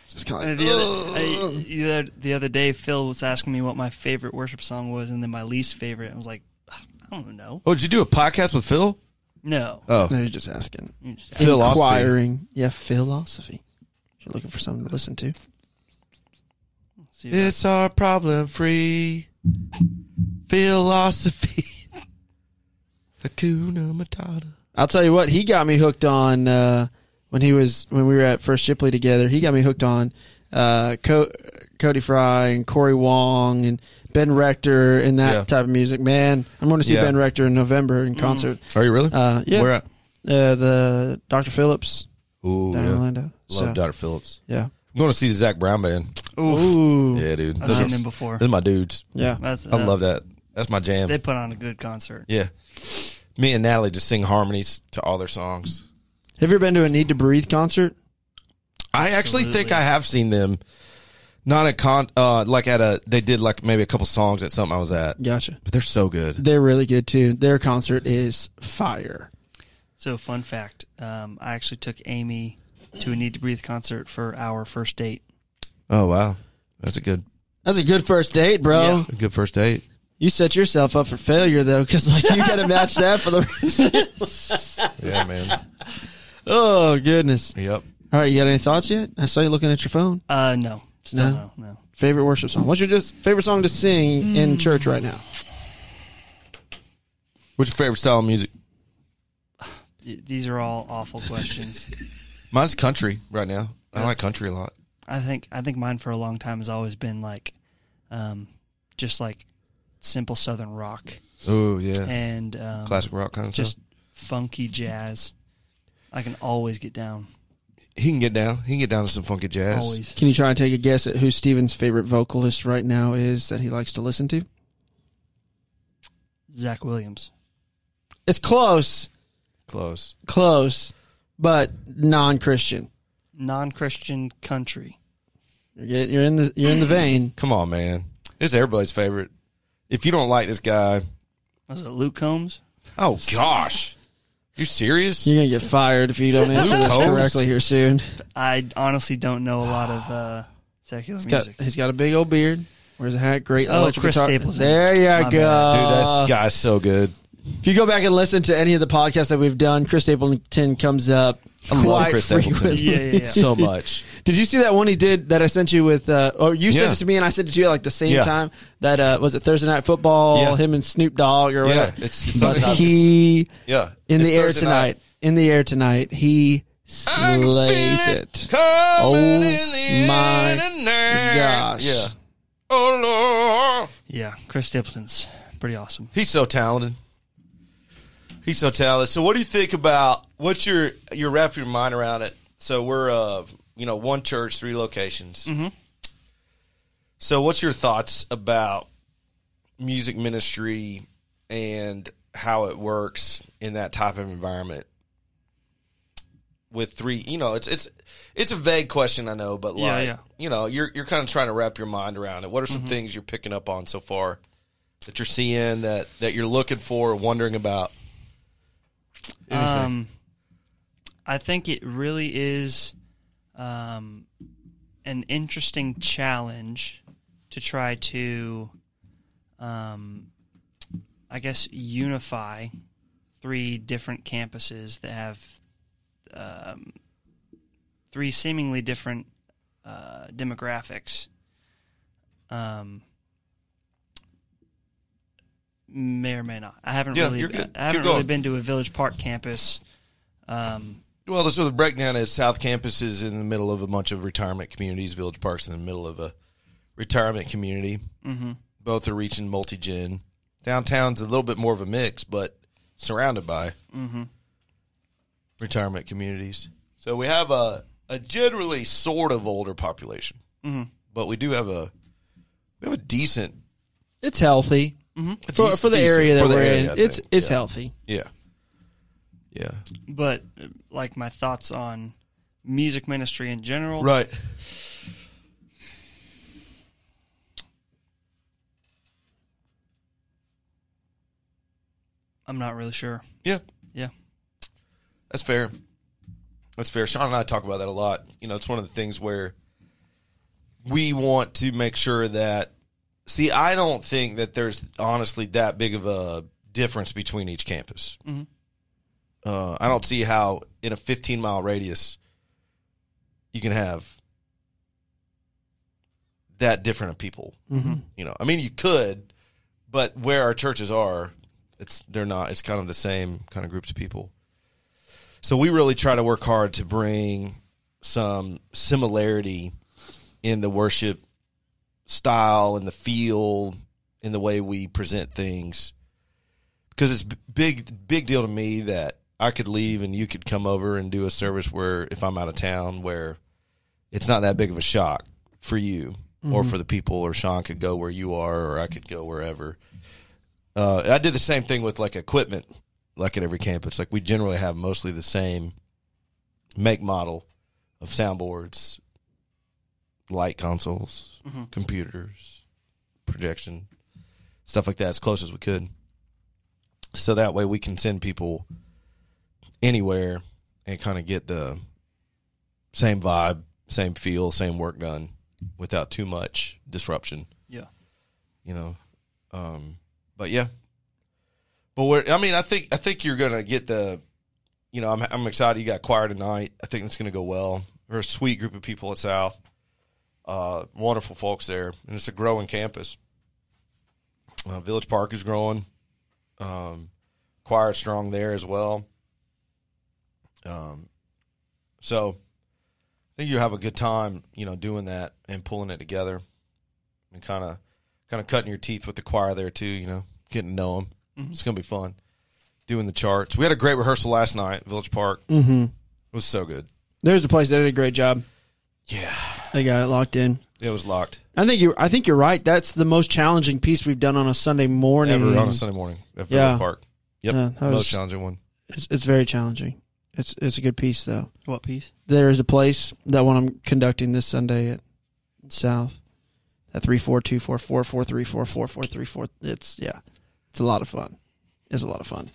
Just Uh, kind The other, Oh. I- the other- the other day, Phil was asking me what my favorite worship song was, and then my least favorite. I was like, I don't know. Oh, did you do a podcast with Phil? No. Oh, no, you're just asking. You just- Philosophy. Inquiring. Yeah, philosophy. You're looking for something to listen to. see if I- it's our problem-free philosophy. Hakuna Matata. I'll tell you what, he got me hooked on uh, when he was when we were at First Shipley together. He got me hooked on uh, Co- Cody Fry and Corey Wong and Ben Rector and that Yeah. type of music. Man, I'm going to see Yeah. Ben Rector in November in concert. Are you really? Uh, yeah, Where at? uh, the Dr. Phillips Ooh, down in yeah. Love Orlando. so, Dr. Phillips. yeah, I'm going to see the Zach Brown band. Oof. ooh, yeah, Yeah, dude. I've Those seen are, them before. those are my dudes. yeah. That's, I love that. That's my jam. They put on a good concert. Yeah. Me and Natalie just sing harmonies to all their songs. Have you ever been to a Need to Breathe concert? I actually think Absolutely. I have seen them Not at con, uh, like at a, they did like maybe a couple songs at something I was at. Gotcha. But they're so good. They're really good too. Their concert is fire. So, fun fact: um, I actually took Amy to a Need to Breathe concert for our first date. Oh, wow. That's a good, That's a good first date, bro. Yeah. a good first date. You set yourself up for failure though, because like you got to match that for the. Yeah, man. oh goodness! yep. All right, you got any thoughts yet? I saw you looking at your phone. Uh, no, still No? no, no. Favorite worship song? What's your just favorite song to sing Mm. in church right now? What's your favorite style of music? Y- These are all awful questions. Mine's country right now. I like country a lot. I think I think mine for a long time has always been like, um, just like simple Southern rock Oh, yeah. and um, Classic rock kind of just stuff. funky jazz. I can always get down. He can get down. He can get down to some funky jazz. Always. Can you try and take a guess at who Steven's favorite vocalist right now is that he likes to listen to? Zach Williams. It's close, Close. close, but non-Christian. Non-Christian country. You're, get- you're in the you're in the vein. Come on, man. This is everybody's favorite. If you don't like this guy, Was it Luke Combs? oh gosh, you serious? You're gonna get fired if you don't answer Luke this Combs? correctly here soon. I honestly don't know a lot of uh, secular He's got music. he's got a big old beard. Wears a hat. Great Oh, electric Chris guitar. Stapleton. There you My go. Dude, that guy's so good. If you go back and listen to any of the podcasts that we've done, Chris Stapleton comes up I love quite Chris Stapleton. frequently. Yeah, yeah, yeah. So much. Did you see that one he did that I sent you with? Uh, or you sent Yeah. it to me and I sent it to you at like the same Yeah. time. That uh, was it Thursday Night Football. Yeah. Him and Snoop Dogg yeah, or whatever. it's, it's But something I just- he yeah in It's the air Thursday tonight. night. In the air tonight. He I can slays feel it. Coming Oh in the air my tonight. Gosh. Yeah. Oh Lord. Yeah, Chris Stapleton's pretty awesome. He's so talented. He's so talented. So what do you think about what's your your wrap your mind around it? So we're uh you know one church, three locations. Mm-hmm. So what's your thoughts about music ministry and how it works in that type of environment? With three, you know, it's it's it's a vague question, I know, but like, Yeah, yeah. Mm-hmm. you know, you're you're kind of trying to wrap your mind around it. What are some things you're picking up on so far? that you're seeing that that you're looking for or wondering about Um, I think it really is um, an interesting challenge to try to, um, I guess, unify three different campuses that have um, three seemingly different uh, demographics. Um, may or may not. I haven't Yeah, really, you're good. I haven't Keep really going. been to a Village Park campus. Um, well so the breakdown is south campus is in the middle of a bunch of retirement communities village parks in the middle of a retirement community Mm-hmm. Mhm. both are reaching multi-gen downtown's a little bit more of a mix but surrounded by Mm-hmm. retirement communities so we have a, a generally sort of older population Mm-hmm. but we do have a we have a decent It's healthy a for, dec- for the decent- area that for the we're area, I in. It's think. it's yeah. healthy. yeah yeah but uh, like my thoughts on music ministry in general. right I'm not really sure. Yeah, Yeah. that's fair. That's fair. Sean and I talk about that a lot. You know, it's one of the things where we want to make sure that. See, I don't think that there's honestly that big of a difference between each campus. Mhm. Uh, I don't see how in a 15 mile radius you can have that different of people. Mm-hmm. You know, I mean, you could, but where our churches are, it's they're not. It's kind of the same kind of groups of people. So we really try to work hard to bring some similarity in the worship style and the feel in the way we present things because it's b- big big deal to me that I could leave and you could come over and do a service where if I'm out of town where it's not that big of a shock for you or for the people or Sean could go where you are or I could go wherever. Uh, I did the same thing with like equipment, like at every campus. Like we generally have mostly the same make model of soundboards, light consoles, computers, projection, stuff like that as close as we could. So that way we can send people anywhere and kind of get the same vibe, same feel, same work done without too much disruption Yeah. you know. Um, but yeah, but we're, I mean, I think I think you're gonna get the, you know, I'm I'm excited. You got choir tonight. I think it's gonna go well. We're a sweet group of people at South. Uh, wonderful folks there, and it's a growing campus. Uh, Village Park is growing. Um, choir is strong there as well. Um, so I think you have a good time, you know, doing that and pulling it together, and kind of kind of cutting your teeth with the choir there too. You know, getting to know them. It's gonna be fun. Doing the charts. We had a great rehearsal last night, Village Park. Mm-hmm. It was so good. There's a place that did a great job. Yeah, They got it locked in. it was locked I think you. I think you're right. That's the most challenging piece we've done on a Sunday morning. ever on a Sunday morning at Village Yeah. Park. Yep, Yeah, that most was- challenging one. It's, it's very challenging. It's it's a good piece though. What piece? There is a place that one I'm conducting this Sunday at South. At three four two four four four three four four four three four. It's yeah, it's a lot of fun. It's a lot of fun,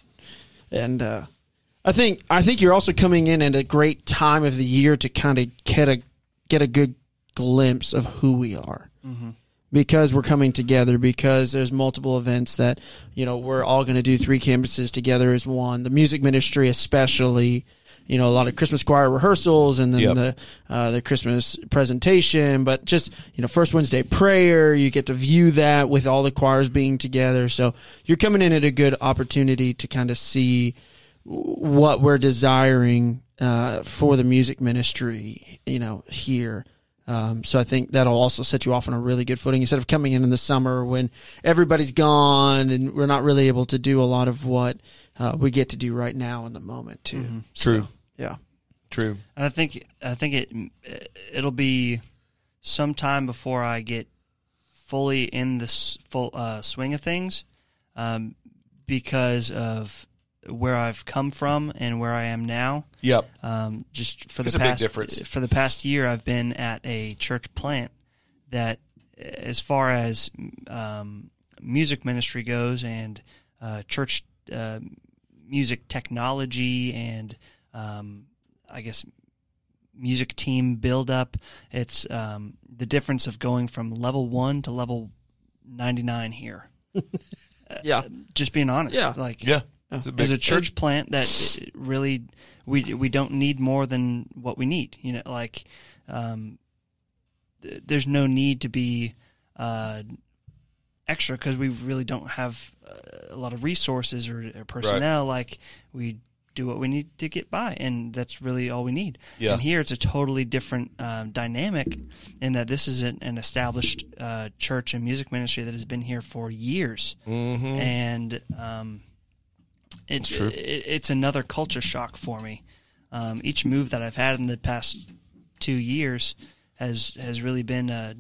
and uh, I think I think you're also coming in at a great time of the year to kind of get a get a good glimpse of who we are. Mm-hmm. because we're coming together because there's multiple events that you know we're all going to do three campuses together as one the music ministry especially you know a lot of christmas choir rehearsals and then Yep. the uh, the christmas presentation but just you know first wednesday prayer you get to view that with all the choirs being together so you're coming in at a good opportunity to kind of see what we're desiring uh, for the music ministry, you know, here. Um, so I think that'll also set you off on a really good footing instead of coming in in the summer when everybody's gone and we're not really able to do a lot of what uh, we get to do right now in the moment too. True, Yeah, true. And I think I think it it'll be some time before I get fully in the s- full uh, swing of things, um, because of where I've come from and where I am now. Yep, Um, just for the It's a big past uh, difference. for the past year, I've been at a church plant that, uh, as far as um, music ministry goes and uh, church uh, music technology and um, I guess music team build up, it's um, the difference of going from level one to level ninety nine here. yeah, Just being honest, Yeah. like yeah. It's a is big- a church plant that uh, really we we don't need more than what we need. You know, like um, th- there's no need to be uh, extra because we really don't have uh, a lot of resources or, or personnel. Like we do what we need to get by, and that's really all we need. Yeah. And here it's a totally different um, dynamic in that this is an, an established uh, church and music ministry that has been here for years Mhm. and um, it's It's true. It, it's another culture shock for me. Um, each move that I've had in the past two years has has really been a,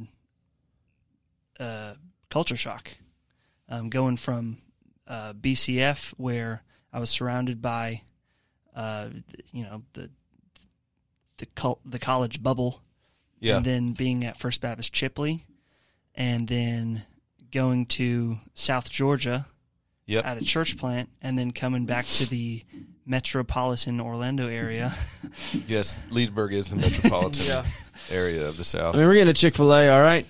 a culture shock. Um, going from uh, BCF where I was surrounded by, uh, you know the the cult, the college bubble, Yeah, and then being at First Baptist Chipley, and then going to South Georgia yep. at a church plant, and then coming back to the metropolitan Orlando area. Yes, Leedsburg is the metropolitan area of the I South. mean, we're getting a Chick Fil A, all right?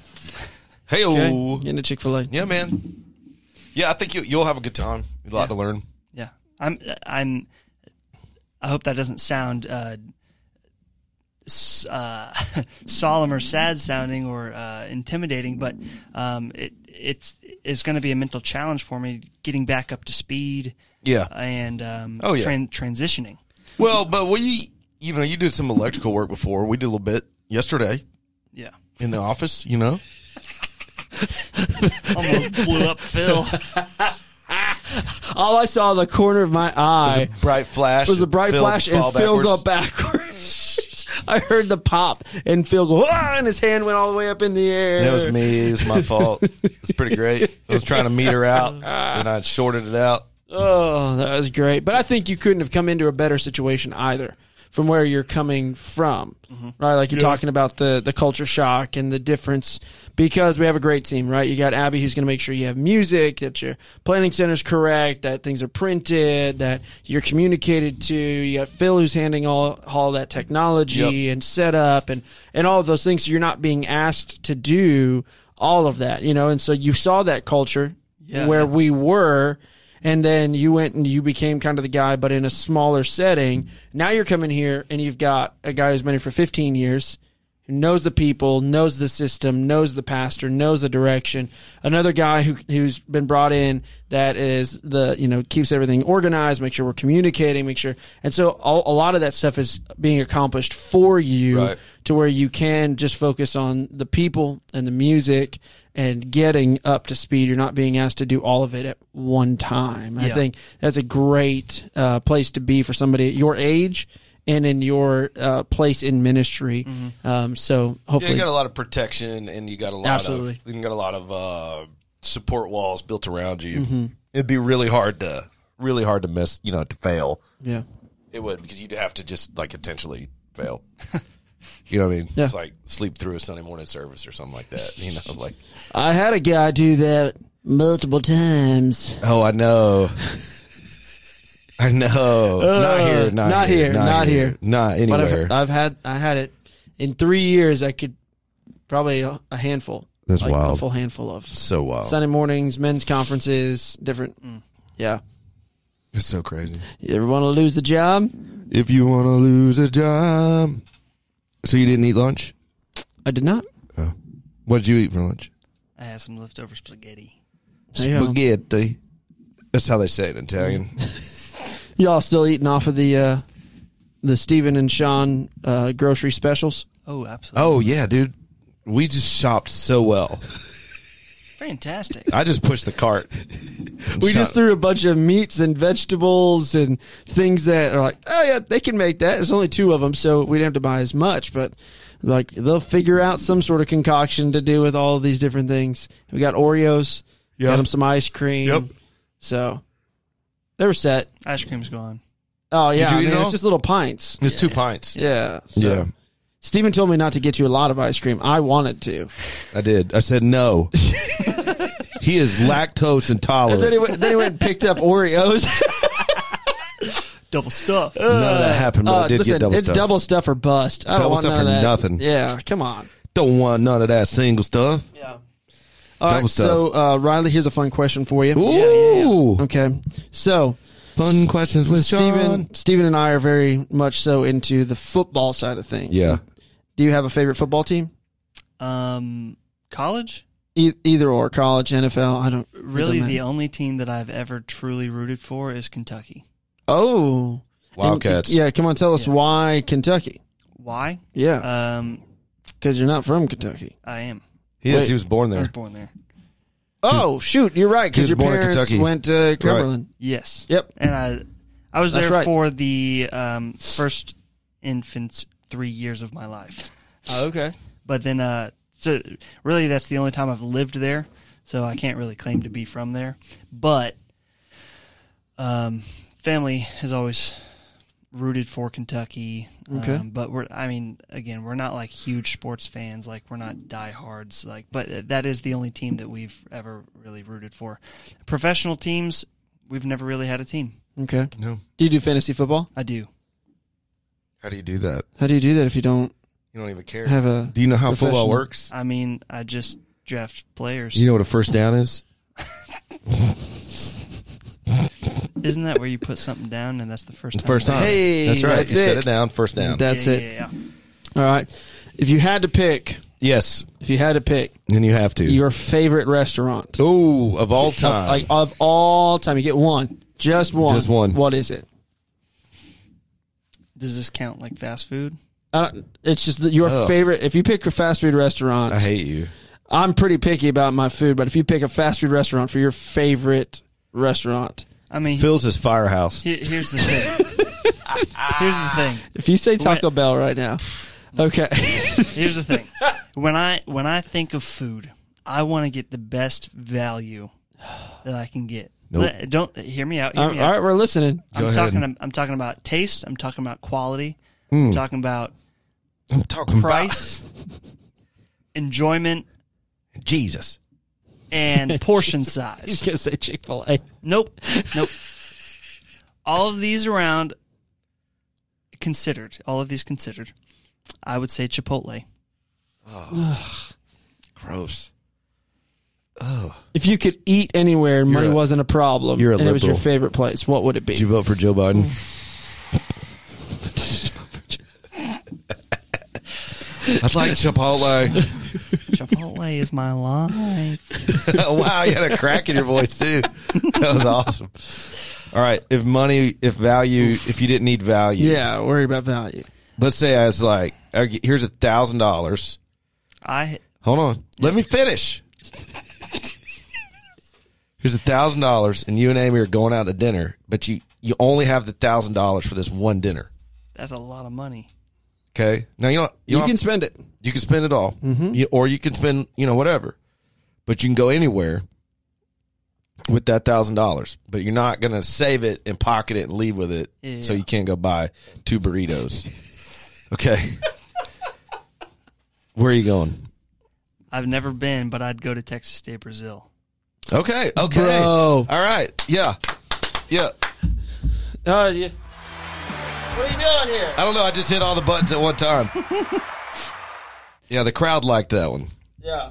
Hey, Okay, oh, getting a Chick Fil A. yeah, man. Yeah, I think you, you'll have a good time. A lot Yeah. to learn. yeah, I'm. I'm. I hope that doesn't sound uh, s- uh, solemn or sad sounding or uh, intimidating, but um, it it's it's going to be a mental challenge for me getting back up to speed Yeah. and um, Oh, yeah. tran- transitioning. Well, but we, you know, you did some electrical work before. We did a little bit yesterday Yeah, in the office. You know, almost blew up Phil. All Oh, I saw in the corner of my eye bright flash. was a bright Phil flash, and fall Phil backwards. go backwards. I heard the pop, and Phil go, ah, and his hand went all the way up in the air. That was me. It was my fault. It's pretty great. I was trying to meet her out, and I shorted it out. Oh, that was great. But I think you couldn't have come into a better situation either. from where you're coming from, right? Like you're talking about the the culture shock and the difference because we have a great team, right? You got Abby who's going to make sure you have music, that your planning center's correct, that things are printed, that you're communicated to. You got Phil who's handling all all that technology and setup and and all of those things. So you're not being asked to do all of that, you know. And so you saw that culture Yeah. where we were and then you went and you became kind of the guy but in a smaller setting now you're coming here and you've got a guy who's been here for 15 years who knows the people knows the system knows the pastor knows the direction another guy who, who's been brought in that is the you know keeps everything organized make sure we're communicating make sure and so all, a lot of that stuff is being accomplished for you Right. to where you can just focus on the people and the music and getting up to speed. You're not being asked to do all of it at one time. I Yeah. think that's a great uh, place to be for somebody at your age and in your uh, place in ministry. Um, so Mm-hmm. Yeah, you hopefully, got a lot of protection, and you got a lot Absolutely. of you got a lot of uh, support walls built around you. Mm-hmm. It'd be really hard to really hard to miss, you know, to fail. yeah, It would because you'd have to just like intentionally fail. you know what I mean? Yeah. It's like sleep through a Sunday morning service or something like that. You know, like I had a guy do that multiple times. oh, I know. I know. not here. Uh, Not, not here, not here. Not But anywhere. I've, I've had I had it in three years. I could probably a, a handful. That's like A wild. full handful of so wild. Oh. Sunday mornings, men's conferences, different. Yeah. it's so crazy. You ever want to lose the job? If you want to lose a job, so you didn't eat lunch. I did not. What did you eat for lunch? I had some leftover spaghetti. Yeah. Spaghetti. That's how they say it in Italian. Y'all still eating off of the uh, the Stephen and Sean uh, grocery specials? Oh, absolutely. Oh yeah, dude. We just shopped so well. Fantastic. I just pushed the cart. We just threw a bunch of meats and vegetables and things that are like, oh yeah, they can make that. There's only two of them, so we didn't have to buy as much. But like, they'll figure out some sort of concoction to do with all of these different things. We got Oreos. Yeah. Got them some ice cream. Yep. So they were set. Ice cream's gone. Oh yeah, you I eat mean, it it's all? just little pints. It's two pints. Yeah. So. Yeah. Steven told me not to get you a lot of ice cream. I wanted to. I did. I said no. he is lactose And then intolerant. he went, then he went and picked up Oreos. Double stuff. None of that happened, but I Uh, did listen, get double it's stuff. double stuff or bust. I don't Double want stuff none of or that. nothing. Yeah, come on. Don't want none of that single stuff. Yeah. All Double right, so uh, Riley, here's a fun question for you. Ooh, Okay, so fun questions with Sean. Steven, Steven and I are very much so into the football side of things. Yeah. Do you have a favorite football team? Um, college? E- either or, college, NFL. I don't it doesn't Really, the matter. only team that I've ever truly rooted for is Kentucky. oh And- Wildcats. yeah, come on, tell us Yeah. why Kentucky. Why? Yeah, Um, because you're not from Kentucky. I am. He Wait. is. He was born I was there. born there. Oh shoot, you're right. he Because was your born in parents Kentucky. went to Cumberland. Yes. Yep. And I, I was That's there right. for the um, first infant's three years of my life. Oh, okay. But then, uh, so really, that's the only time I've lived there. So I can't really claim to be from there. But um, family has always rooted for Kentucky. Okay. Um, but we're, I mean, again, we're not like huge sports fans. Like we're not diehards. Like, but that is the only team that we've ever really rooted for. Professional teams, we've never really had a team. Okay. No. Do you do fantasy football? I do. How do you do that? How do you do that if you don't You don't even care. have a? Do you know how Professional. football works? I mean, I just draft players. You know what a first down is? Isn't that where you put something down and that's the first It's time? first time. Hey, that's right. that's you set it. it down. First down. That's Yeah, it. yeah, All yeah. right. If you had to pick, yes. if you had to pick Then you have to. your favorite restaurant oh, of all time. of, like of all time, you get one, just one. Just one. What is it? Does this count like fast food? I don't, it's just that your Ugh. favorite. If you pick a fast food restaurant, I hate you. I'm pretty picky about my food, but if you pick a fast food restaurant for your favorite restaurant, I mean, Phil's is firehouse. he- here's the thing. here's the thing. if you say Taco When- Bell right now, okay, Here's the thing. When I when I think of food, I want to get the best value that I can get. Nope. Let- Don't hear me out. Hear all me out. right, we're listening. Go I'm ahead. talking. I'm talking about taste. I'm talking about quality. Hmm. I'm talking about I'm talking price, enjoyment, about Jesus. and portion He's size. gonna say Chick Fil A. Nope. Nope. all of these around considered, all of these considered, I would say Chipotle. Gross. If you could eat anywhere and money You're a- wasn't a problem, you're a and it was your liberal. favorite place, what would it Did you be? vote for Joe Biden? I'd like Chipotle. Chipotle is my life. wow, you had a crack in your voice too. That was awesome. All right, if money, if value, if you didn't need value, Yeah, worry about value. Let's say I was like, okay, here's a thousand dollars. I Hold on, let me finish. Here's a thousand dollars, and you and Amy are going out to dinner, but you you only have the thousand dollars for this one dinner. that's a lot of money. Okay, now you know you, You, don't can have- spend it. you can Mm-hmm. spend it all, you, or you can spend you know whatever, but you can go anywhere with that thousand dollars. But you're not gonna save it and pocket it and leave with it, so Yeah. you can't go buy two burritos. okay, where are you going? I've never been, but I'd go to Texas State Brazil. Okay. Okay. Bro. All right. Yeah. Yeah. Uh, yeah. What are you doing here? I don't know. I just hit all the buttons at one time. yeah, the crowd liked that one. Yeah.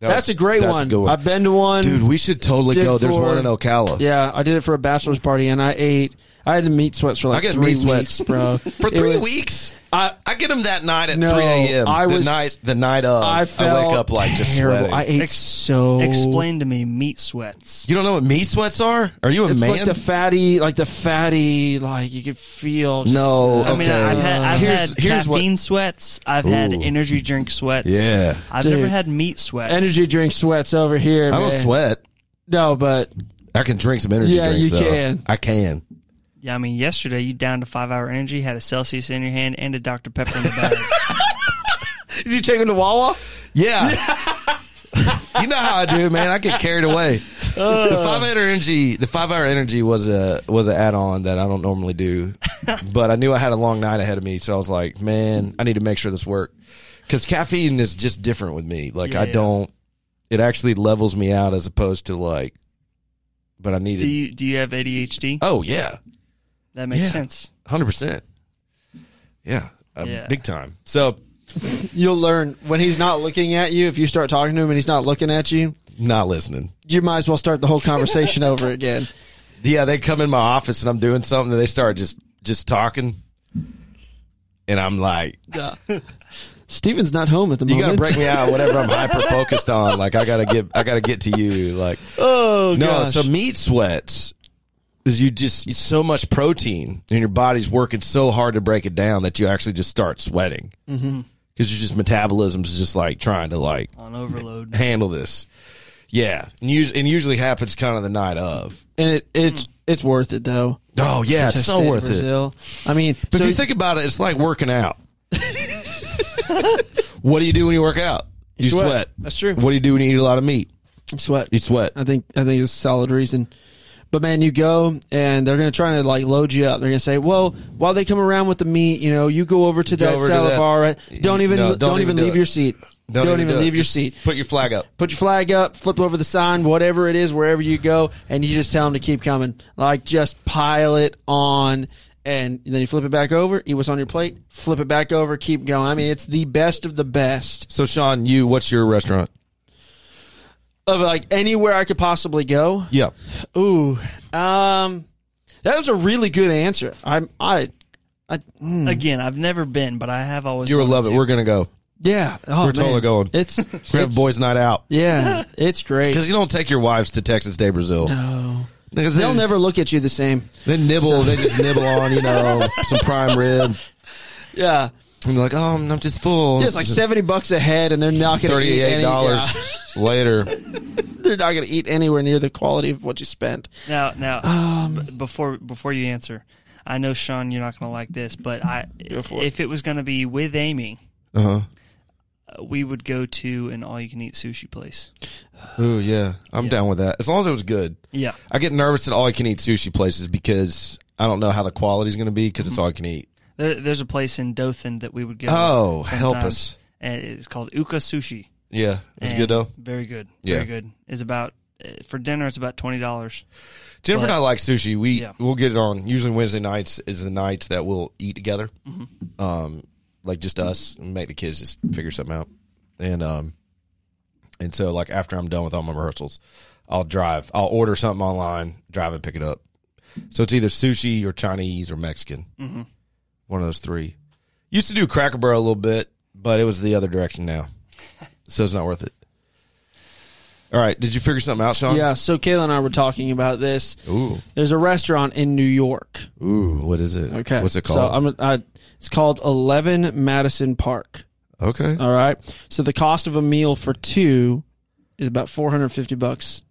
That was- That's a great that's one. good I've been to one. Dude, we should totally Did go. There's for- one in Ocala. Yeah, I did it for a bachelor's party, and I ate. I had to meat sweats for like I get three meat sweats. weeks, bro. For It three was- weeks. I I get them that night at No, 3 a.m. I the was- night the night of. I felt Oh, wake up like just terrible. sweating. I ate Ex- so. Explain to me meat sweats. you don't know what meat sweats are? Are you a It's man? like the fatty, like the fatty, like you could feel. Just, No, uh, I mean, okay. I've had I've Here's- had here's what- caffeine sweats. I've had Ooh. energy drink sweats. Yeah. I've Dude. never had meat sweats. energy drink sweats over here. I don't man. sweat. No, but I can drink some energy Yeah, drinks you though. can. I can. Yeah, I mean, yesterday you downed to five hour energy, had a Celsius in your hand and a Dr Pepper in the bag. did you take him to Wawa? Yeah. you know how I do, man. I get carried away. the Uh. five hour energy, the five hour energy was a was an add on that I don't normally do, but I knew I had a long night ahead of me, so I was like, man, I need to make sure this works because caffeine is just different with me. Like I Yeah. don't, it actually levels me out as opposed to like, but I need do it. you do you have ADHD? Oh yeah, that makes yeah. sense. hundred percent. Yeah, uh, Yeah. big time. So You'll learn when he's not looking at you. If you start talking to him and he's not looking at you, not listening. you might as well start the whole conversation over again. Yeah, they come in my office and I'm doing something and they start just just talking. And I'm like, Yeah. Steven's not home at the you gotta moment. break me out, of whatever I'm hyper focused on. Like I gotta get I gotta get to you. Like Oh No, gosh. so meat sweats is you just it's so much protein and your body's working so hard to break it down that you actually just start sweating. Because Mm-hmm. you just metabolism's just like trying to like On overload. handle this. Yeah. And, us- and usually happens kind of the night of. and it it's it's worth it though. Oh yeah, it's Just so in worth it. Brazil. I mean, But so if you think about it, it's like working out. what do you do when you work out? You, sweat. sweat. That's true. Uh, What do you do when you eat a lot of meat? sweat. You sweat. I think I think it's a solid reason. But man, you go and they're gonna try to like load you up. They're gonna say, "Well, while they come around with the meat, you know, you go over to that over to salad that- bar. Right? Don't even No, don't, don't even even do leave it. your seat. Don't, even, do it. leave your Just seat. Put your flag up. Put your flag up, flip over the sign, whatever it is, wherever you go, and you just tell them to keep coming. Like just pile it on, and then you flip it back over. Eat what's on your plate. Flip it back over. Keep going. I mean, it's the best of the best. So Sean, you what's your restaurant? of like anywhere I could possibly go. Yeah. Ooh, um, that was a really good answer. I'm, I, I, mm, Again, I've never been, but I have always You will wanted Hmm. love it. to. We're gonna go. yeah, oh, We're totally man. going. It's, We're gonna have it's- boys' night out. Yeah, it's great. Because you don't take your wives to Texas Day Brazil. No, 'Cause they'll just- never look at you the same. They nibble. They just nibble on you know some prime rib. Yeah, And they're like, oh, I'm I'm just full. it's like seventy bucks a head, and they're not going to eat thirty-eight any, dollars yeah. later. they're not going to eat anywhere near the quality of what you spent. Now, now, Um, b- before before you answer, I know Sean, you're not going to like this, but I Go for it. if it was going to be with Amy, Uh huh. uh, we would go to an all you can eat sushi place. Ooh, yeah. I'm Yeah. down with that. As long as it was good. Yeah, I get nervous at all I can eat sushi places because I don't know how the quality's going to be because it's all I can eat. There, there's a place in Dothan that we would go. Oh, help sometimes, us. And it's called Uka Sushi. Yeah, it's And good though. Very good. Yeah. Very good. It's about uh, for dinner. It's about twenty dollars. Jennifer and I like sushi. We Yeah. we'll get it on usually Wednesday nights is the nights that we'll eat together, um, like just us and make the kids just figure something out, and um, and so like after I'm done with all my rehearsals, I'll drive. I'll order something online, drive and pick it up. So it's either sushi or Chinese or Mexican, one of those three. Used to do Cracker Barrel a little bit, but it was the other direction now, so it's not worth it. All right, did you figure something out, Sean? Yeah, so Kayla and I were talking about this. Ooh. There's a restaurant in New York. Ooh, what is it? Okay. What's it So called? I'm, I, it's called 11 Madison Park. okay. All right. So the cost of a meal for two is about 450 bucks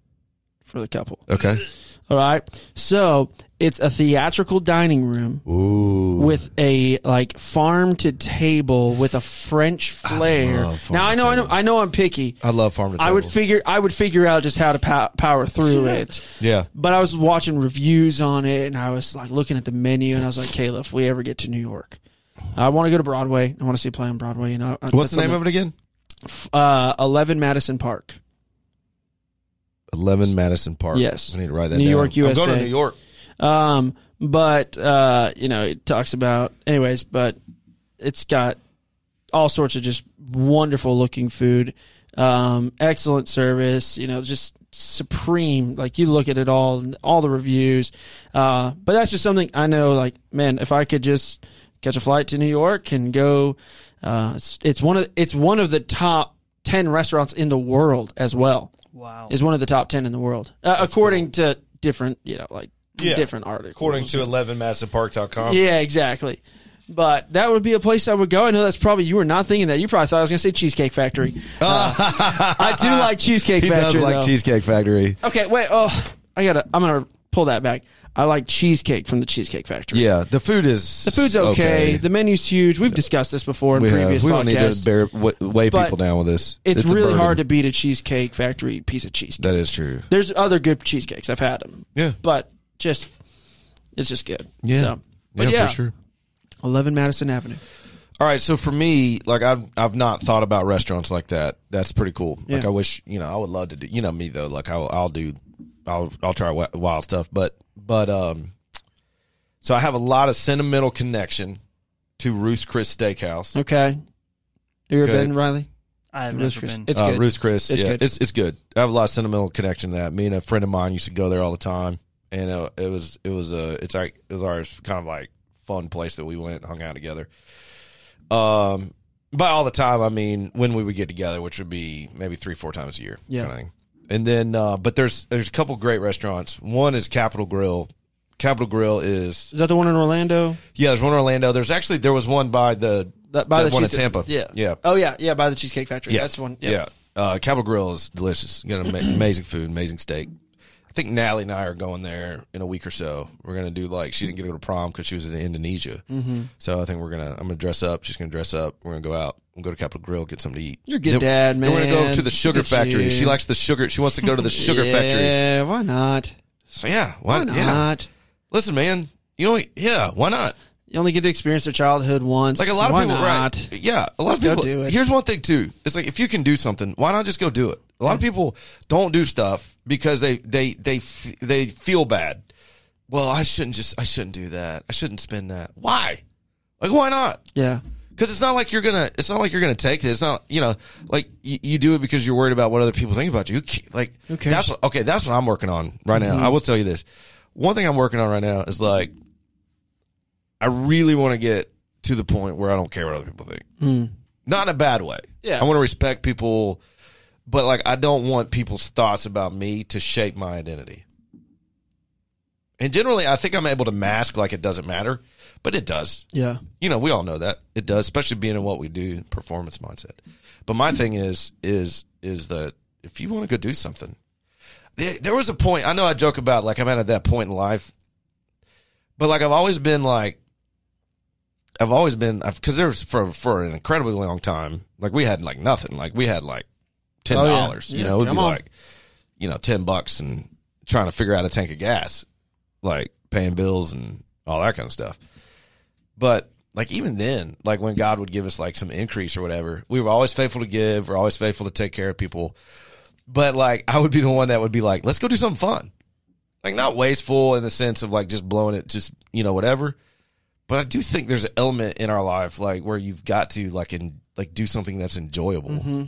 for the couple. Okay. All right. So it's a theatrical dining room Ooh. with a like farm to table with a French flair. love farm now to I know I know table. I know I'm picky. I love farm to I would table. figure I would figure out just how to pow- power through it. Yeah. But I was watching reviews on it and I was like looking at the menu and I was like, Caleb, if we ever get to New York, I want to go to Broadway. I want to see a play on Broadway. You know, What's the name of it again? Uh, 11 Madison Park. Eleven Madison Park. Yes. I need to write that. New down. York, I'm going USA. to New York. Um, but uh, you know, it talks about anyways, but it's got all sorts of just wonderful looking food, um, excellent service, you know, just supreme. Like you look at it all and all the reviews. Uh, but that's just something I know like, man, if I could just catch a flight to New York and go uh, it's, it's one of it's one of the top 10 restaurants in the world as well Wow. is one of the top 10 in the world uh, according to different you know like Yeah. different articles According to eleven madisonpark.com. yeah exactly but that would be a place I would go. I know that's probably you were not thinking that. You probably thought I was going to say Cheesecake Factory. Uh, I do like Cheesecake He Factory. does like though. Cheesecake Factory. Okay, wait. Oh, I gotta. I'm gonna pull that back. I like cheesecake from the Cheesecake Factory. Yeah, the food is the food's okay. The menu's huge. We've discussed this before in we have. previous We don't need to podcasts. bear, w- weigh But people down with this. it's, a really hard to burden. beat a Cheesecake Factory piece of cheesecake. That is true. There's other good cheesecakes. I've had them. Yeah. but just it's just good. Yeah. So, but yeah, for sure. 11 Madison Avenue. All right, so for me, like I've I've not thought about restaurants like that. That's pretty cool. Like Yeah. I wish, you know, I would love to do. You know me though, like I'll I'll do, I'll I'll try wi- wild stuff. But but um, so I have a lot of sentimental connection to Ruth's Chris Steakhouse. Okay. You ever Okay. been Riley? I have Ruth's never Chris. been. It's uh, good. Ruth's Chris. It's yeah, good. It's it's good. I have a lot of sentimental connection to that. Me and a friend of mine used to go there all the time, and uh, it was it was uh, it's like it was our kind of like fun place that we went and hung out together. Um, by all the time I mean when we would get together, which would be maybe three four times a year, Yeah. kind of thing. And then, uh, but there's there's a couple great restaurants. One is Capital Grill. Capital Grill is Is that the one in Orlando? yeah. There's one in Orlando. There's actually there was one by the That, by that the one in cheese- Tampa. Yeah. yeah. Oh yeah, yeah, by the Cheesecake Factory. That's one. Yeah. Yeah. Uh, Capital Grill is delicious. You got ama- amazing food, amazing steak. I think Natalie and I are going there in a week or so. We're gonna do like she didn't get to go to prom because she was in Indonesia, Mm-hmm. so I think we're gonna I'm gonna dress up. She's gonna dress up. We're gonna go out. We'll go to Capital Grill get something to eat. You're a good dad, Then We're gonna go man. to the sugar Look at factory. you. She likes the sugar. She wants to go to the sugar yeah, factory. why not? So yeah, why, Why not? Yeah, listen, man. You know, what? yeah, why not? You only get to experience their childhood once. Like a lot of why people, not? right? Yeah, a lot of go people. do it. Here's one thing too. It's like if you can do something, why not just go do it? A lot of people don't do stuff because they they they f- they feel bad. Well, I shouldn't just I shouldn't do that. I shouldn't spend that. Why? Like why not? Yeah. Because it's not like you're gonna. It's not like you're gonna take this. It's not you know like you, you do it because you're worried about what other people think about you. Who ca- Like cares? that's what, okay. That's what I'm working on right now. I will tell you this. One thing I'm working on right now is like I really want to get to the point where I don't care what other people think. Not in a bad way. Yeah. I want to respect people, but like I don't want people's thoughts about me to shape my identity. And generally, I think I'm able to mask like it doesn't matter, but it does Yeah. you know, we all know that it does, especially being in what we do, performance mindset. But my thing is, is, is that if you want to go do something, there, there was a point. I know I joke about like I'm at that point in life, but like I've always been like, I've always been because there was for for an incredibly long time. Like we had like nothing. Like we had like ten Oh, yeah. dollars. You Yeah, know, it'd be come on. like you know ten bucks and trying to figure out a tank of gas, like paying bills and all that kind of stuff. But like even then, like when God would give us like some increase or whatever, we were always faithful to give, we're always faithful to take care of people. But like I would be the one that would be like, let's go do something fun. Like not wasteful in the sense of like just blowing it, just you know, whatever. But I do think there's an element in our life like where you've got to like and like do something that's enjoyable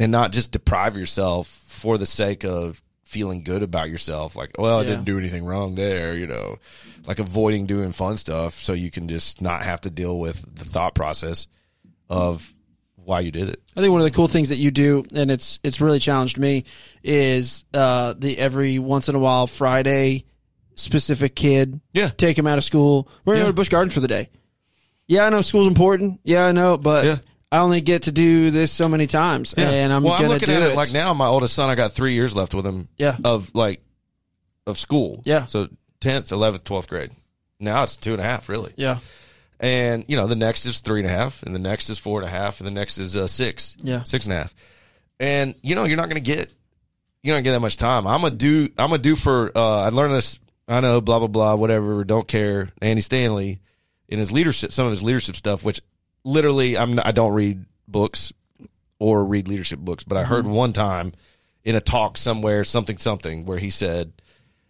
and not just deprive yourself for the sake of feeling good about yourself like well i Yeah. didn't do anything wrong there you know like avoiding doing fun stuff so you can just not have to deal with the thought process of why you did it I think one of the cool things that you do, and it's it's really challenged me, is uh, the every once in a while Friday specific kid. Yeah. Take him out of school. We're going Yeah. to Bush Gardens for the day. Yeah, I know school's important. Yeah, I know, but Yeah. I only get to do this so many times, and I'm well, going I'm to looking do at it. it, like now. My oldest son, I got three years left with him. Yeah. Of like, of school. Yeah. So tenth, eleventh, twelfth grade. Now it's two and a half, really. yeah, And you know, the next is three and a half, and the next is four and a half, and the next is uh, six. Yeah. Six and a half. And you know, you're not gonna get you don't get that much time. I'm gonna do. I'm gonna do for. Uh, I learned this. I know. Blah blah blah. Whatever. Don't care. Andy Stanley, in his leadership, some of his leadership stuff, which literally, I'm. Not, I don't read books or read leadership books, but I heard one time in a talk somewhere, something something, where he said,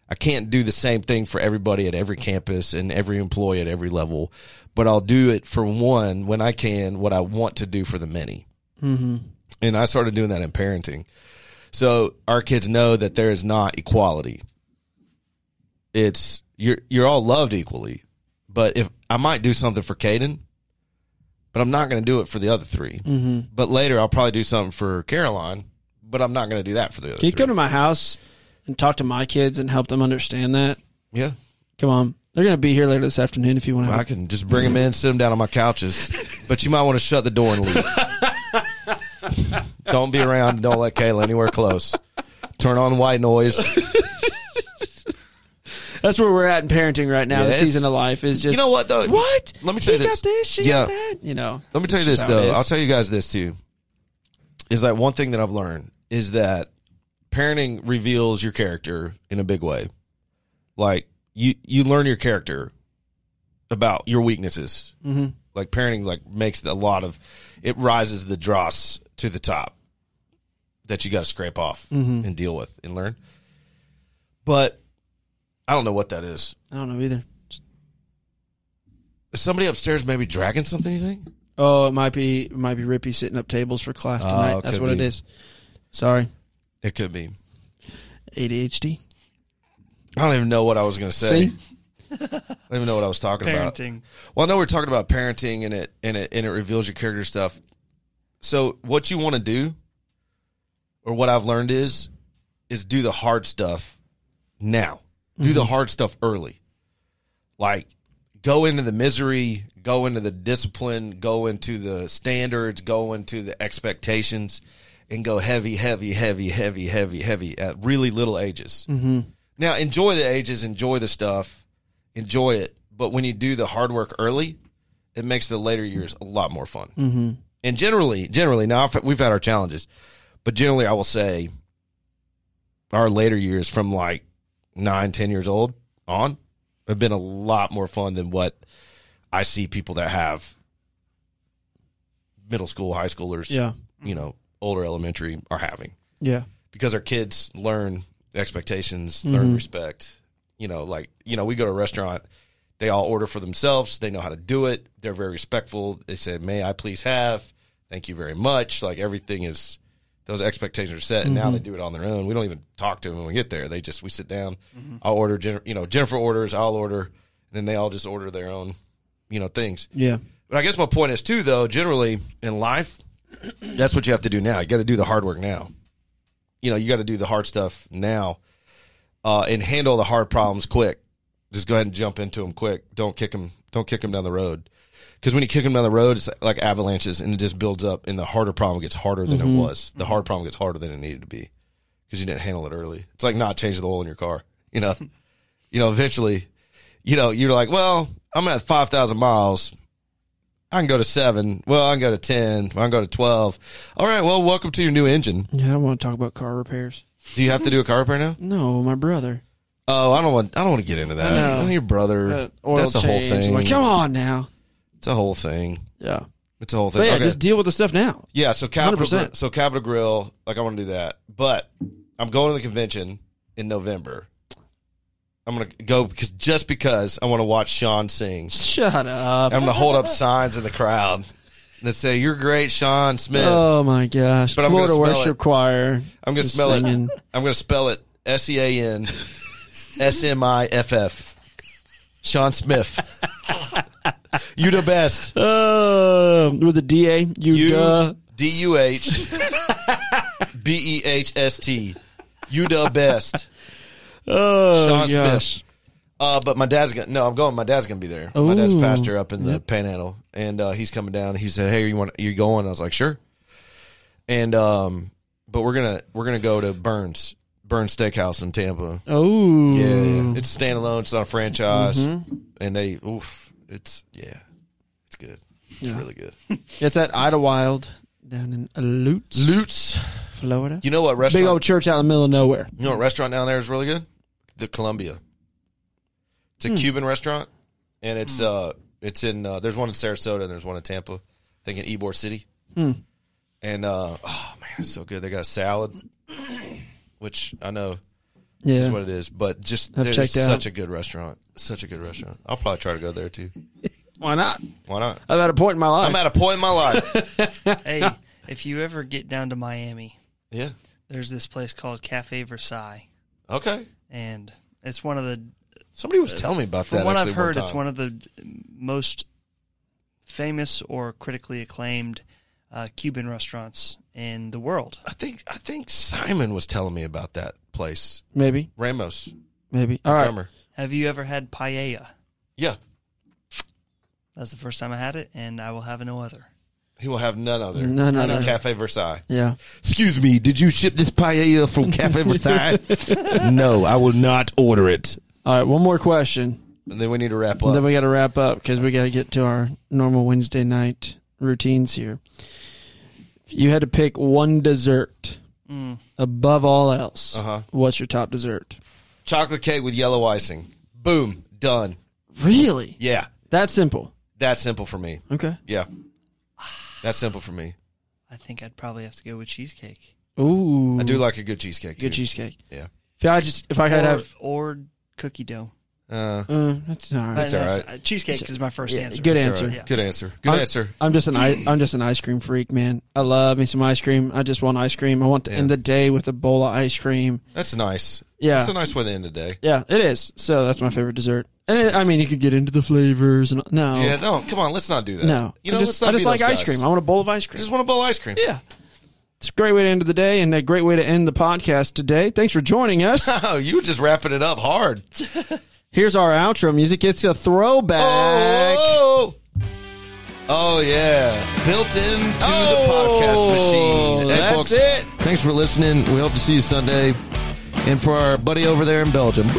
"I can't do the same thing for everybody at every campus and every employee at every level, but I'll do it for one when I can. What I want to do for the many." Mm-hmm. And I started doing that in parenting. So our kids know that there is not equality. It's you're you're all loved equally. But if I might do something for Caden, but I'm not going to do it for the other 3 Mm-hmm. But later I'll probably do something for Caroline, but I'm not going to do that for the other. can you three. come to my house and talk to my kids and help them understand that? yeah, Come on, they're going to be here later this afternoon if you want to. I can just bring them in, sit them down on my couches, but you might want to shut the door and leave. don't be around. Don't let Kayla anywhere close. Turn on white noise. That's where we're at in parenting right now. Yeah, the it's- season of life is just You know what, though? What? Let me tell He you this. got this. She Yeah. got that. You know. Let me tell you It's this just how it though. is. I'll tell you guys this too. Is that one thing that I've learned is that parenting reveals your character in a big way. Like you you learn your character about your weaknesses. Mm-hmm. Like parenting like makes a lot of it rises the dross to the top that you got to scrape off Mm-hmm. and deal with and learn. But I don't know what that is. I don't know either. Is somebody upstairs maybe dragging something? You think? Oh, it might be it might be Rippy sitting up tables for class Oh, tonight. it That's could what it be. is. Sorry, It could be. ADHD. I don't even know what I was going to say. See? I don't even know what I was talking about. Parenting. Well, I know we're talking about parenting and it and it and it reveals your character stuff. So what you want to do, or what I've learned is, is do the hard stuff now. Do the hard stuff early. Like go into the misery, go into the discipline, go into the standards, go into the expectations, and go heavy, heavy, heavy, heavy, heavy, heavy at really little ages. Mm-hmm. Now enjoy the ages, enjoy the stuff, enjoy it. But when you do the hard work early, it makes the later years a lot more fun. Mm-hmm. And generally, generally, now I've- we've had our challenges, but generally, I will say our later years from like nine, ten years old on have been a lot more fun than what I see people that have middle school, high schoolers, Yeah, you know, older elementary are having yeah, because our kids learn expectations, learn respect. You know, like you know, we go to a restaurant, they all order for themselves. They know how to do it. They're very respectful. They say, "May I please have? Thank you very much." Like everything is, those expectations are set, and now they do it on their own. We don't even talk to them when we get there. They just we sit down. I'll order. Jen- You know, Jennifer orders. I'll order, and then they all just order their own. You know, things. yeah. But I guess my point is too, though. Generally in life, that's what you have to do now. You got to do the hard work now. You know, you got to do the hard stuff now, uh, and handle the hard problems quick. Just go ahead and jump into them quick. Don't kick them. Don't kick them down the road. Because when you kick them down the road, it's like avalanches, and it just builds up. And the harder problem gets harder than it was. The hard problem gets harder than it needed to be because you didn't handle it early. It's like not changing the oil in your car. You know, you know. Eventually, you know, you're like, well, I'm at five thousand miles. I can go to seven. Well, I can go to ten. I can go to twelve. All right. Well, welcome to your new engine. Yeah, I don't want to talk about car repairs. Do you have to do a car repair now? No, my brother. Oh, I don't want. I don't want to get into that. I know. Your brother. Uh, oil that's the whole change. thing. Like, come on now. It's a whole thing. Yeah. It's a whole But thing. yeah, okay. just deal with the stuff now. yeah. So Capital. 100%. Gri- So Capital Grill. Like I want to do that, but I'm going to the convention in November. I'm gonna go because just because I want to watch Sean sing. Shut up. I'm gonna hold up signs in the crowd that say "You're great, Sean Smith." Oh my gosh. But I'm gonna Florida smell Worship it. Choir. I'm gonna is spell singing. it. I'm gonna spell it S E A N S M I F F. Sean Smith. you the best. Uh, with the DA. You, duh. You D U H B E H S T. You the best. Oh, Sean Smith. gosh. Uh, but my dad's gonna no. I'm going. My dad's gonna be there. My dad's Ooh. pastor up in the Panhandle, and uh, he's coming down. He said, "Hey, you want you going?" I was like, "Sure." And um, but we're gonna we're gonna go to Burns Burns Steakhouse in Tampa. Oh. Yeah, yeah. it's standalone. It's not a franchise, Mm-hmm. and they oof. It's yeah, it's good. It's Yeah. really good. It's at Idlewild down in Lutz, Lutz. Florida. You know what restaurant? Big old church out in the middle of nowhere. You know what restaurant down there is really good? The Columbia. It's a Hmm. Cuban restaurant, and it's uh, it's in uh, there's one in Sarasota and there's one in Tampa, I think in Ybor City. Hmm. And uh, oh man, it's so good. They got a salad, which I know is Yeah. what it is, but just I've there's checked out. such a good restaurant, such a good restaurant. I'll probably try to go there too. Why not? Why not? I'm at a point in my life. I'm at a point in my life. hey, if you ever get down to Miami, yeah. there's this place called Cafe Versailles, Okay. and it's one of the Somebody was telling me about from that. what actually I've heard, it's time. one of the most famous or critically acclaimed uh, Cuban restaurants in the world. I think I think Simon was telling me about that place. maybe. Ramos, Maybe. All right. drummer. Have you ever had paella? Yeah, That's the first time I had it, and I will have no other. he will have none other. None Not in other. Cafe Versailles. Yeah. Excuse me, did you ship this paella from Cafe Versailles? no, I will not order it. All right. One more question. And then we need to wrap And up. then we got to wrap up because we got to get to our normal Wednesday night routines here. If you had to pick one dessert Mm. above all else, Uh-huh. what's your top dessert? Chocolate cake with yellow icing. Boom, done. Really? Yeah, That simple. that's simple for me. Okay. Yeah, that's simple for me. I think I'd probably have to go with cheesecake. Ooh. I do like a good cheesecake. Too. good cheesecake. Yeah. If I just if I could or, have, or cookie dough. Uh, uh, that's all right. That's Uh, no, all it's- uh, Cheesecake is my first Yeah, answer. good that's all answer. right. Yeah. Good answer. Good I'm- answer. I'm just an I, I'm just an ice cream freak, man. I love me some ice cream. I just want ice cream. I want to Yeah. end the day with a bowl of ice cream. That's nice. Yeah. That's a nice way to end the day. Yeah, it is. So that's my favorite dessert. And it- I mean, you could get into the flavors and no, Yeah, no, come on, let's not do that. no. you know, I let's just, not I just be like those ice guys. cream. I want a bowl of ice I cream. just want a bowl of ice cream. yeah, it's a great way to end the day and a great way to end the podcast today. Thanks for joining us. Oh, you were just wrapping it up hard. Here's our outro music. It's a throwback. Oh, oh yeah. Built into the podcast machine. Hey, Oh, that's folks, it. Thanks for listening. We hope to see you Sunday. And for our buddy over there in Belgium.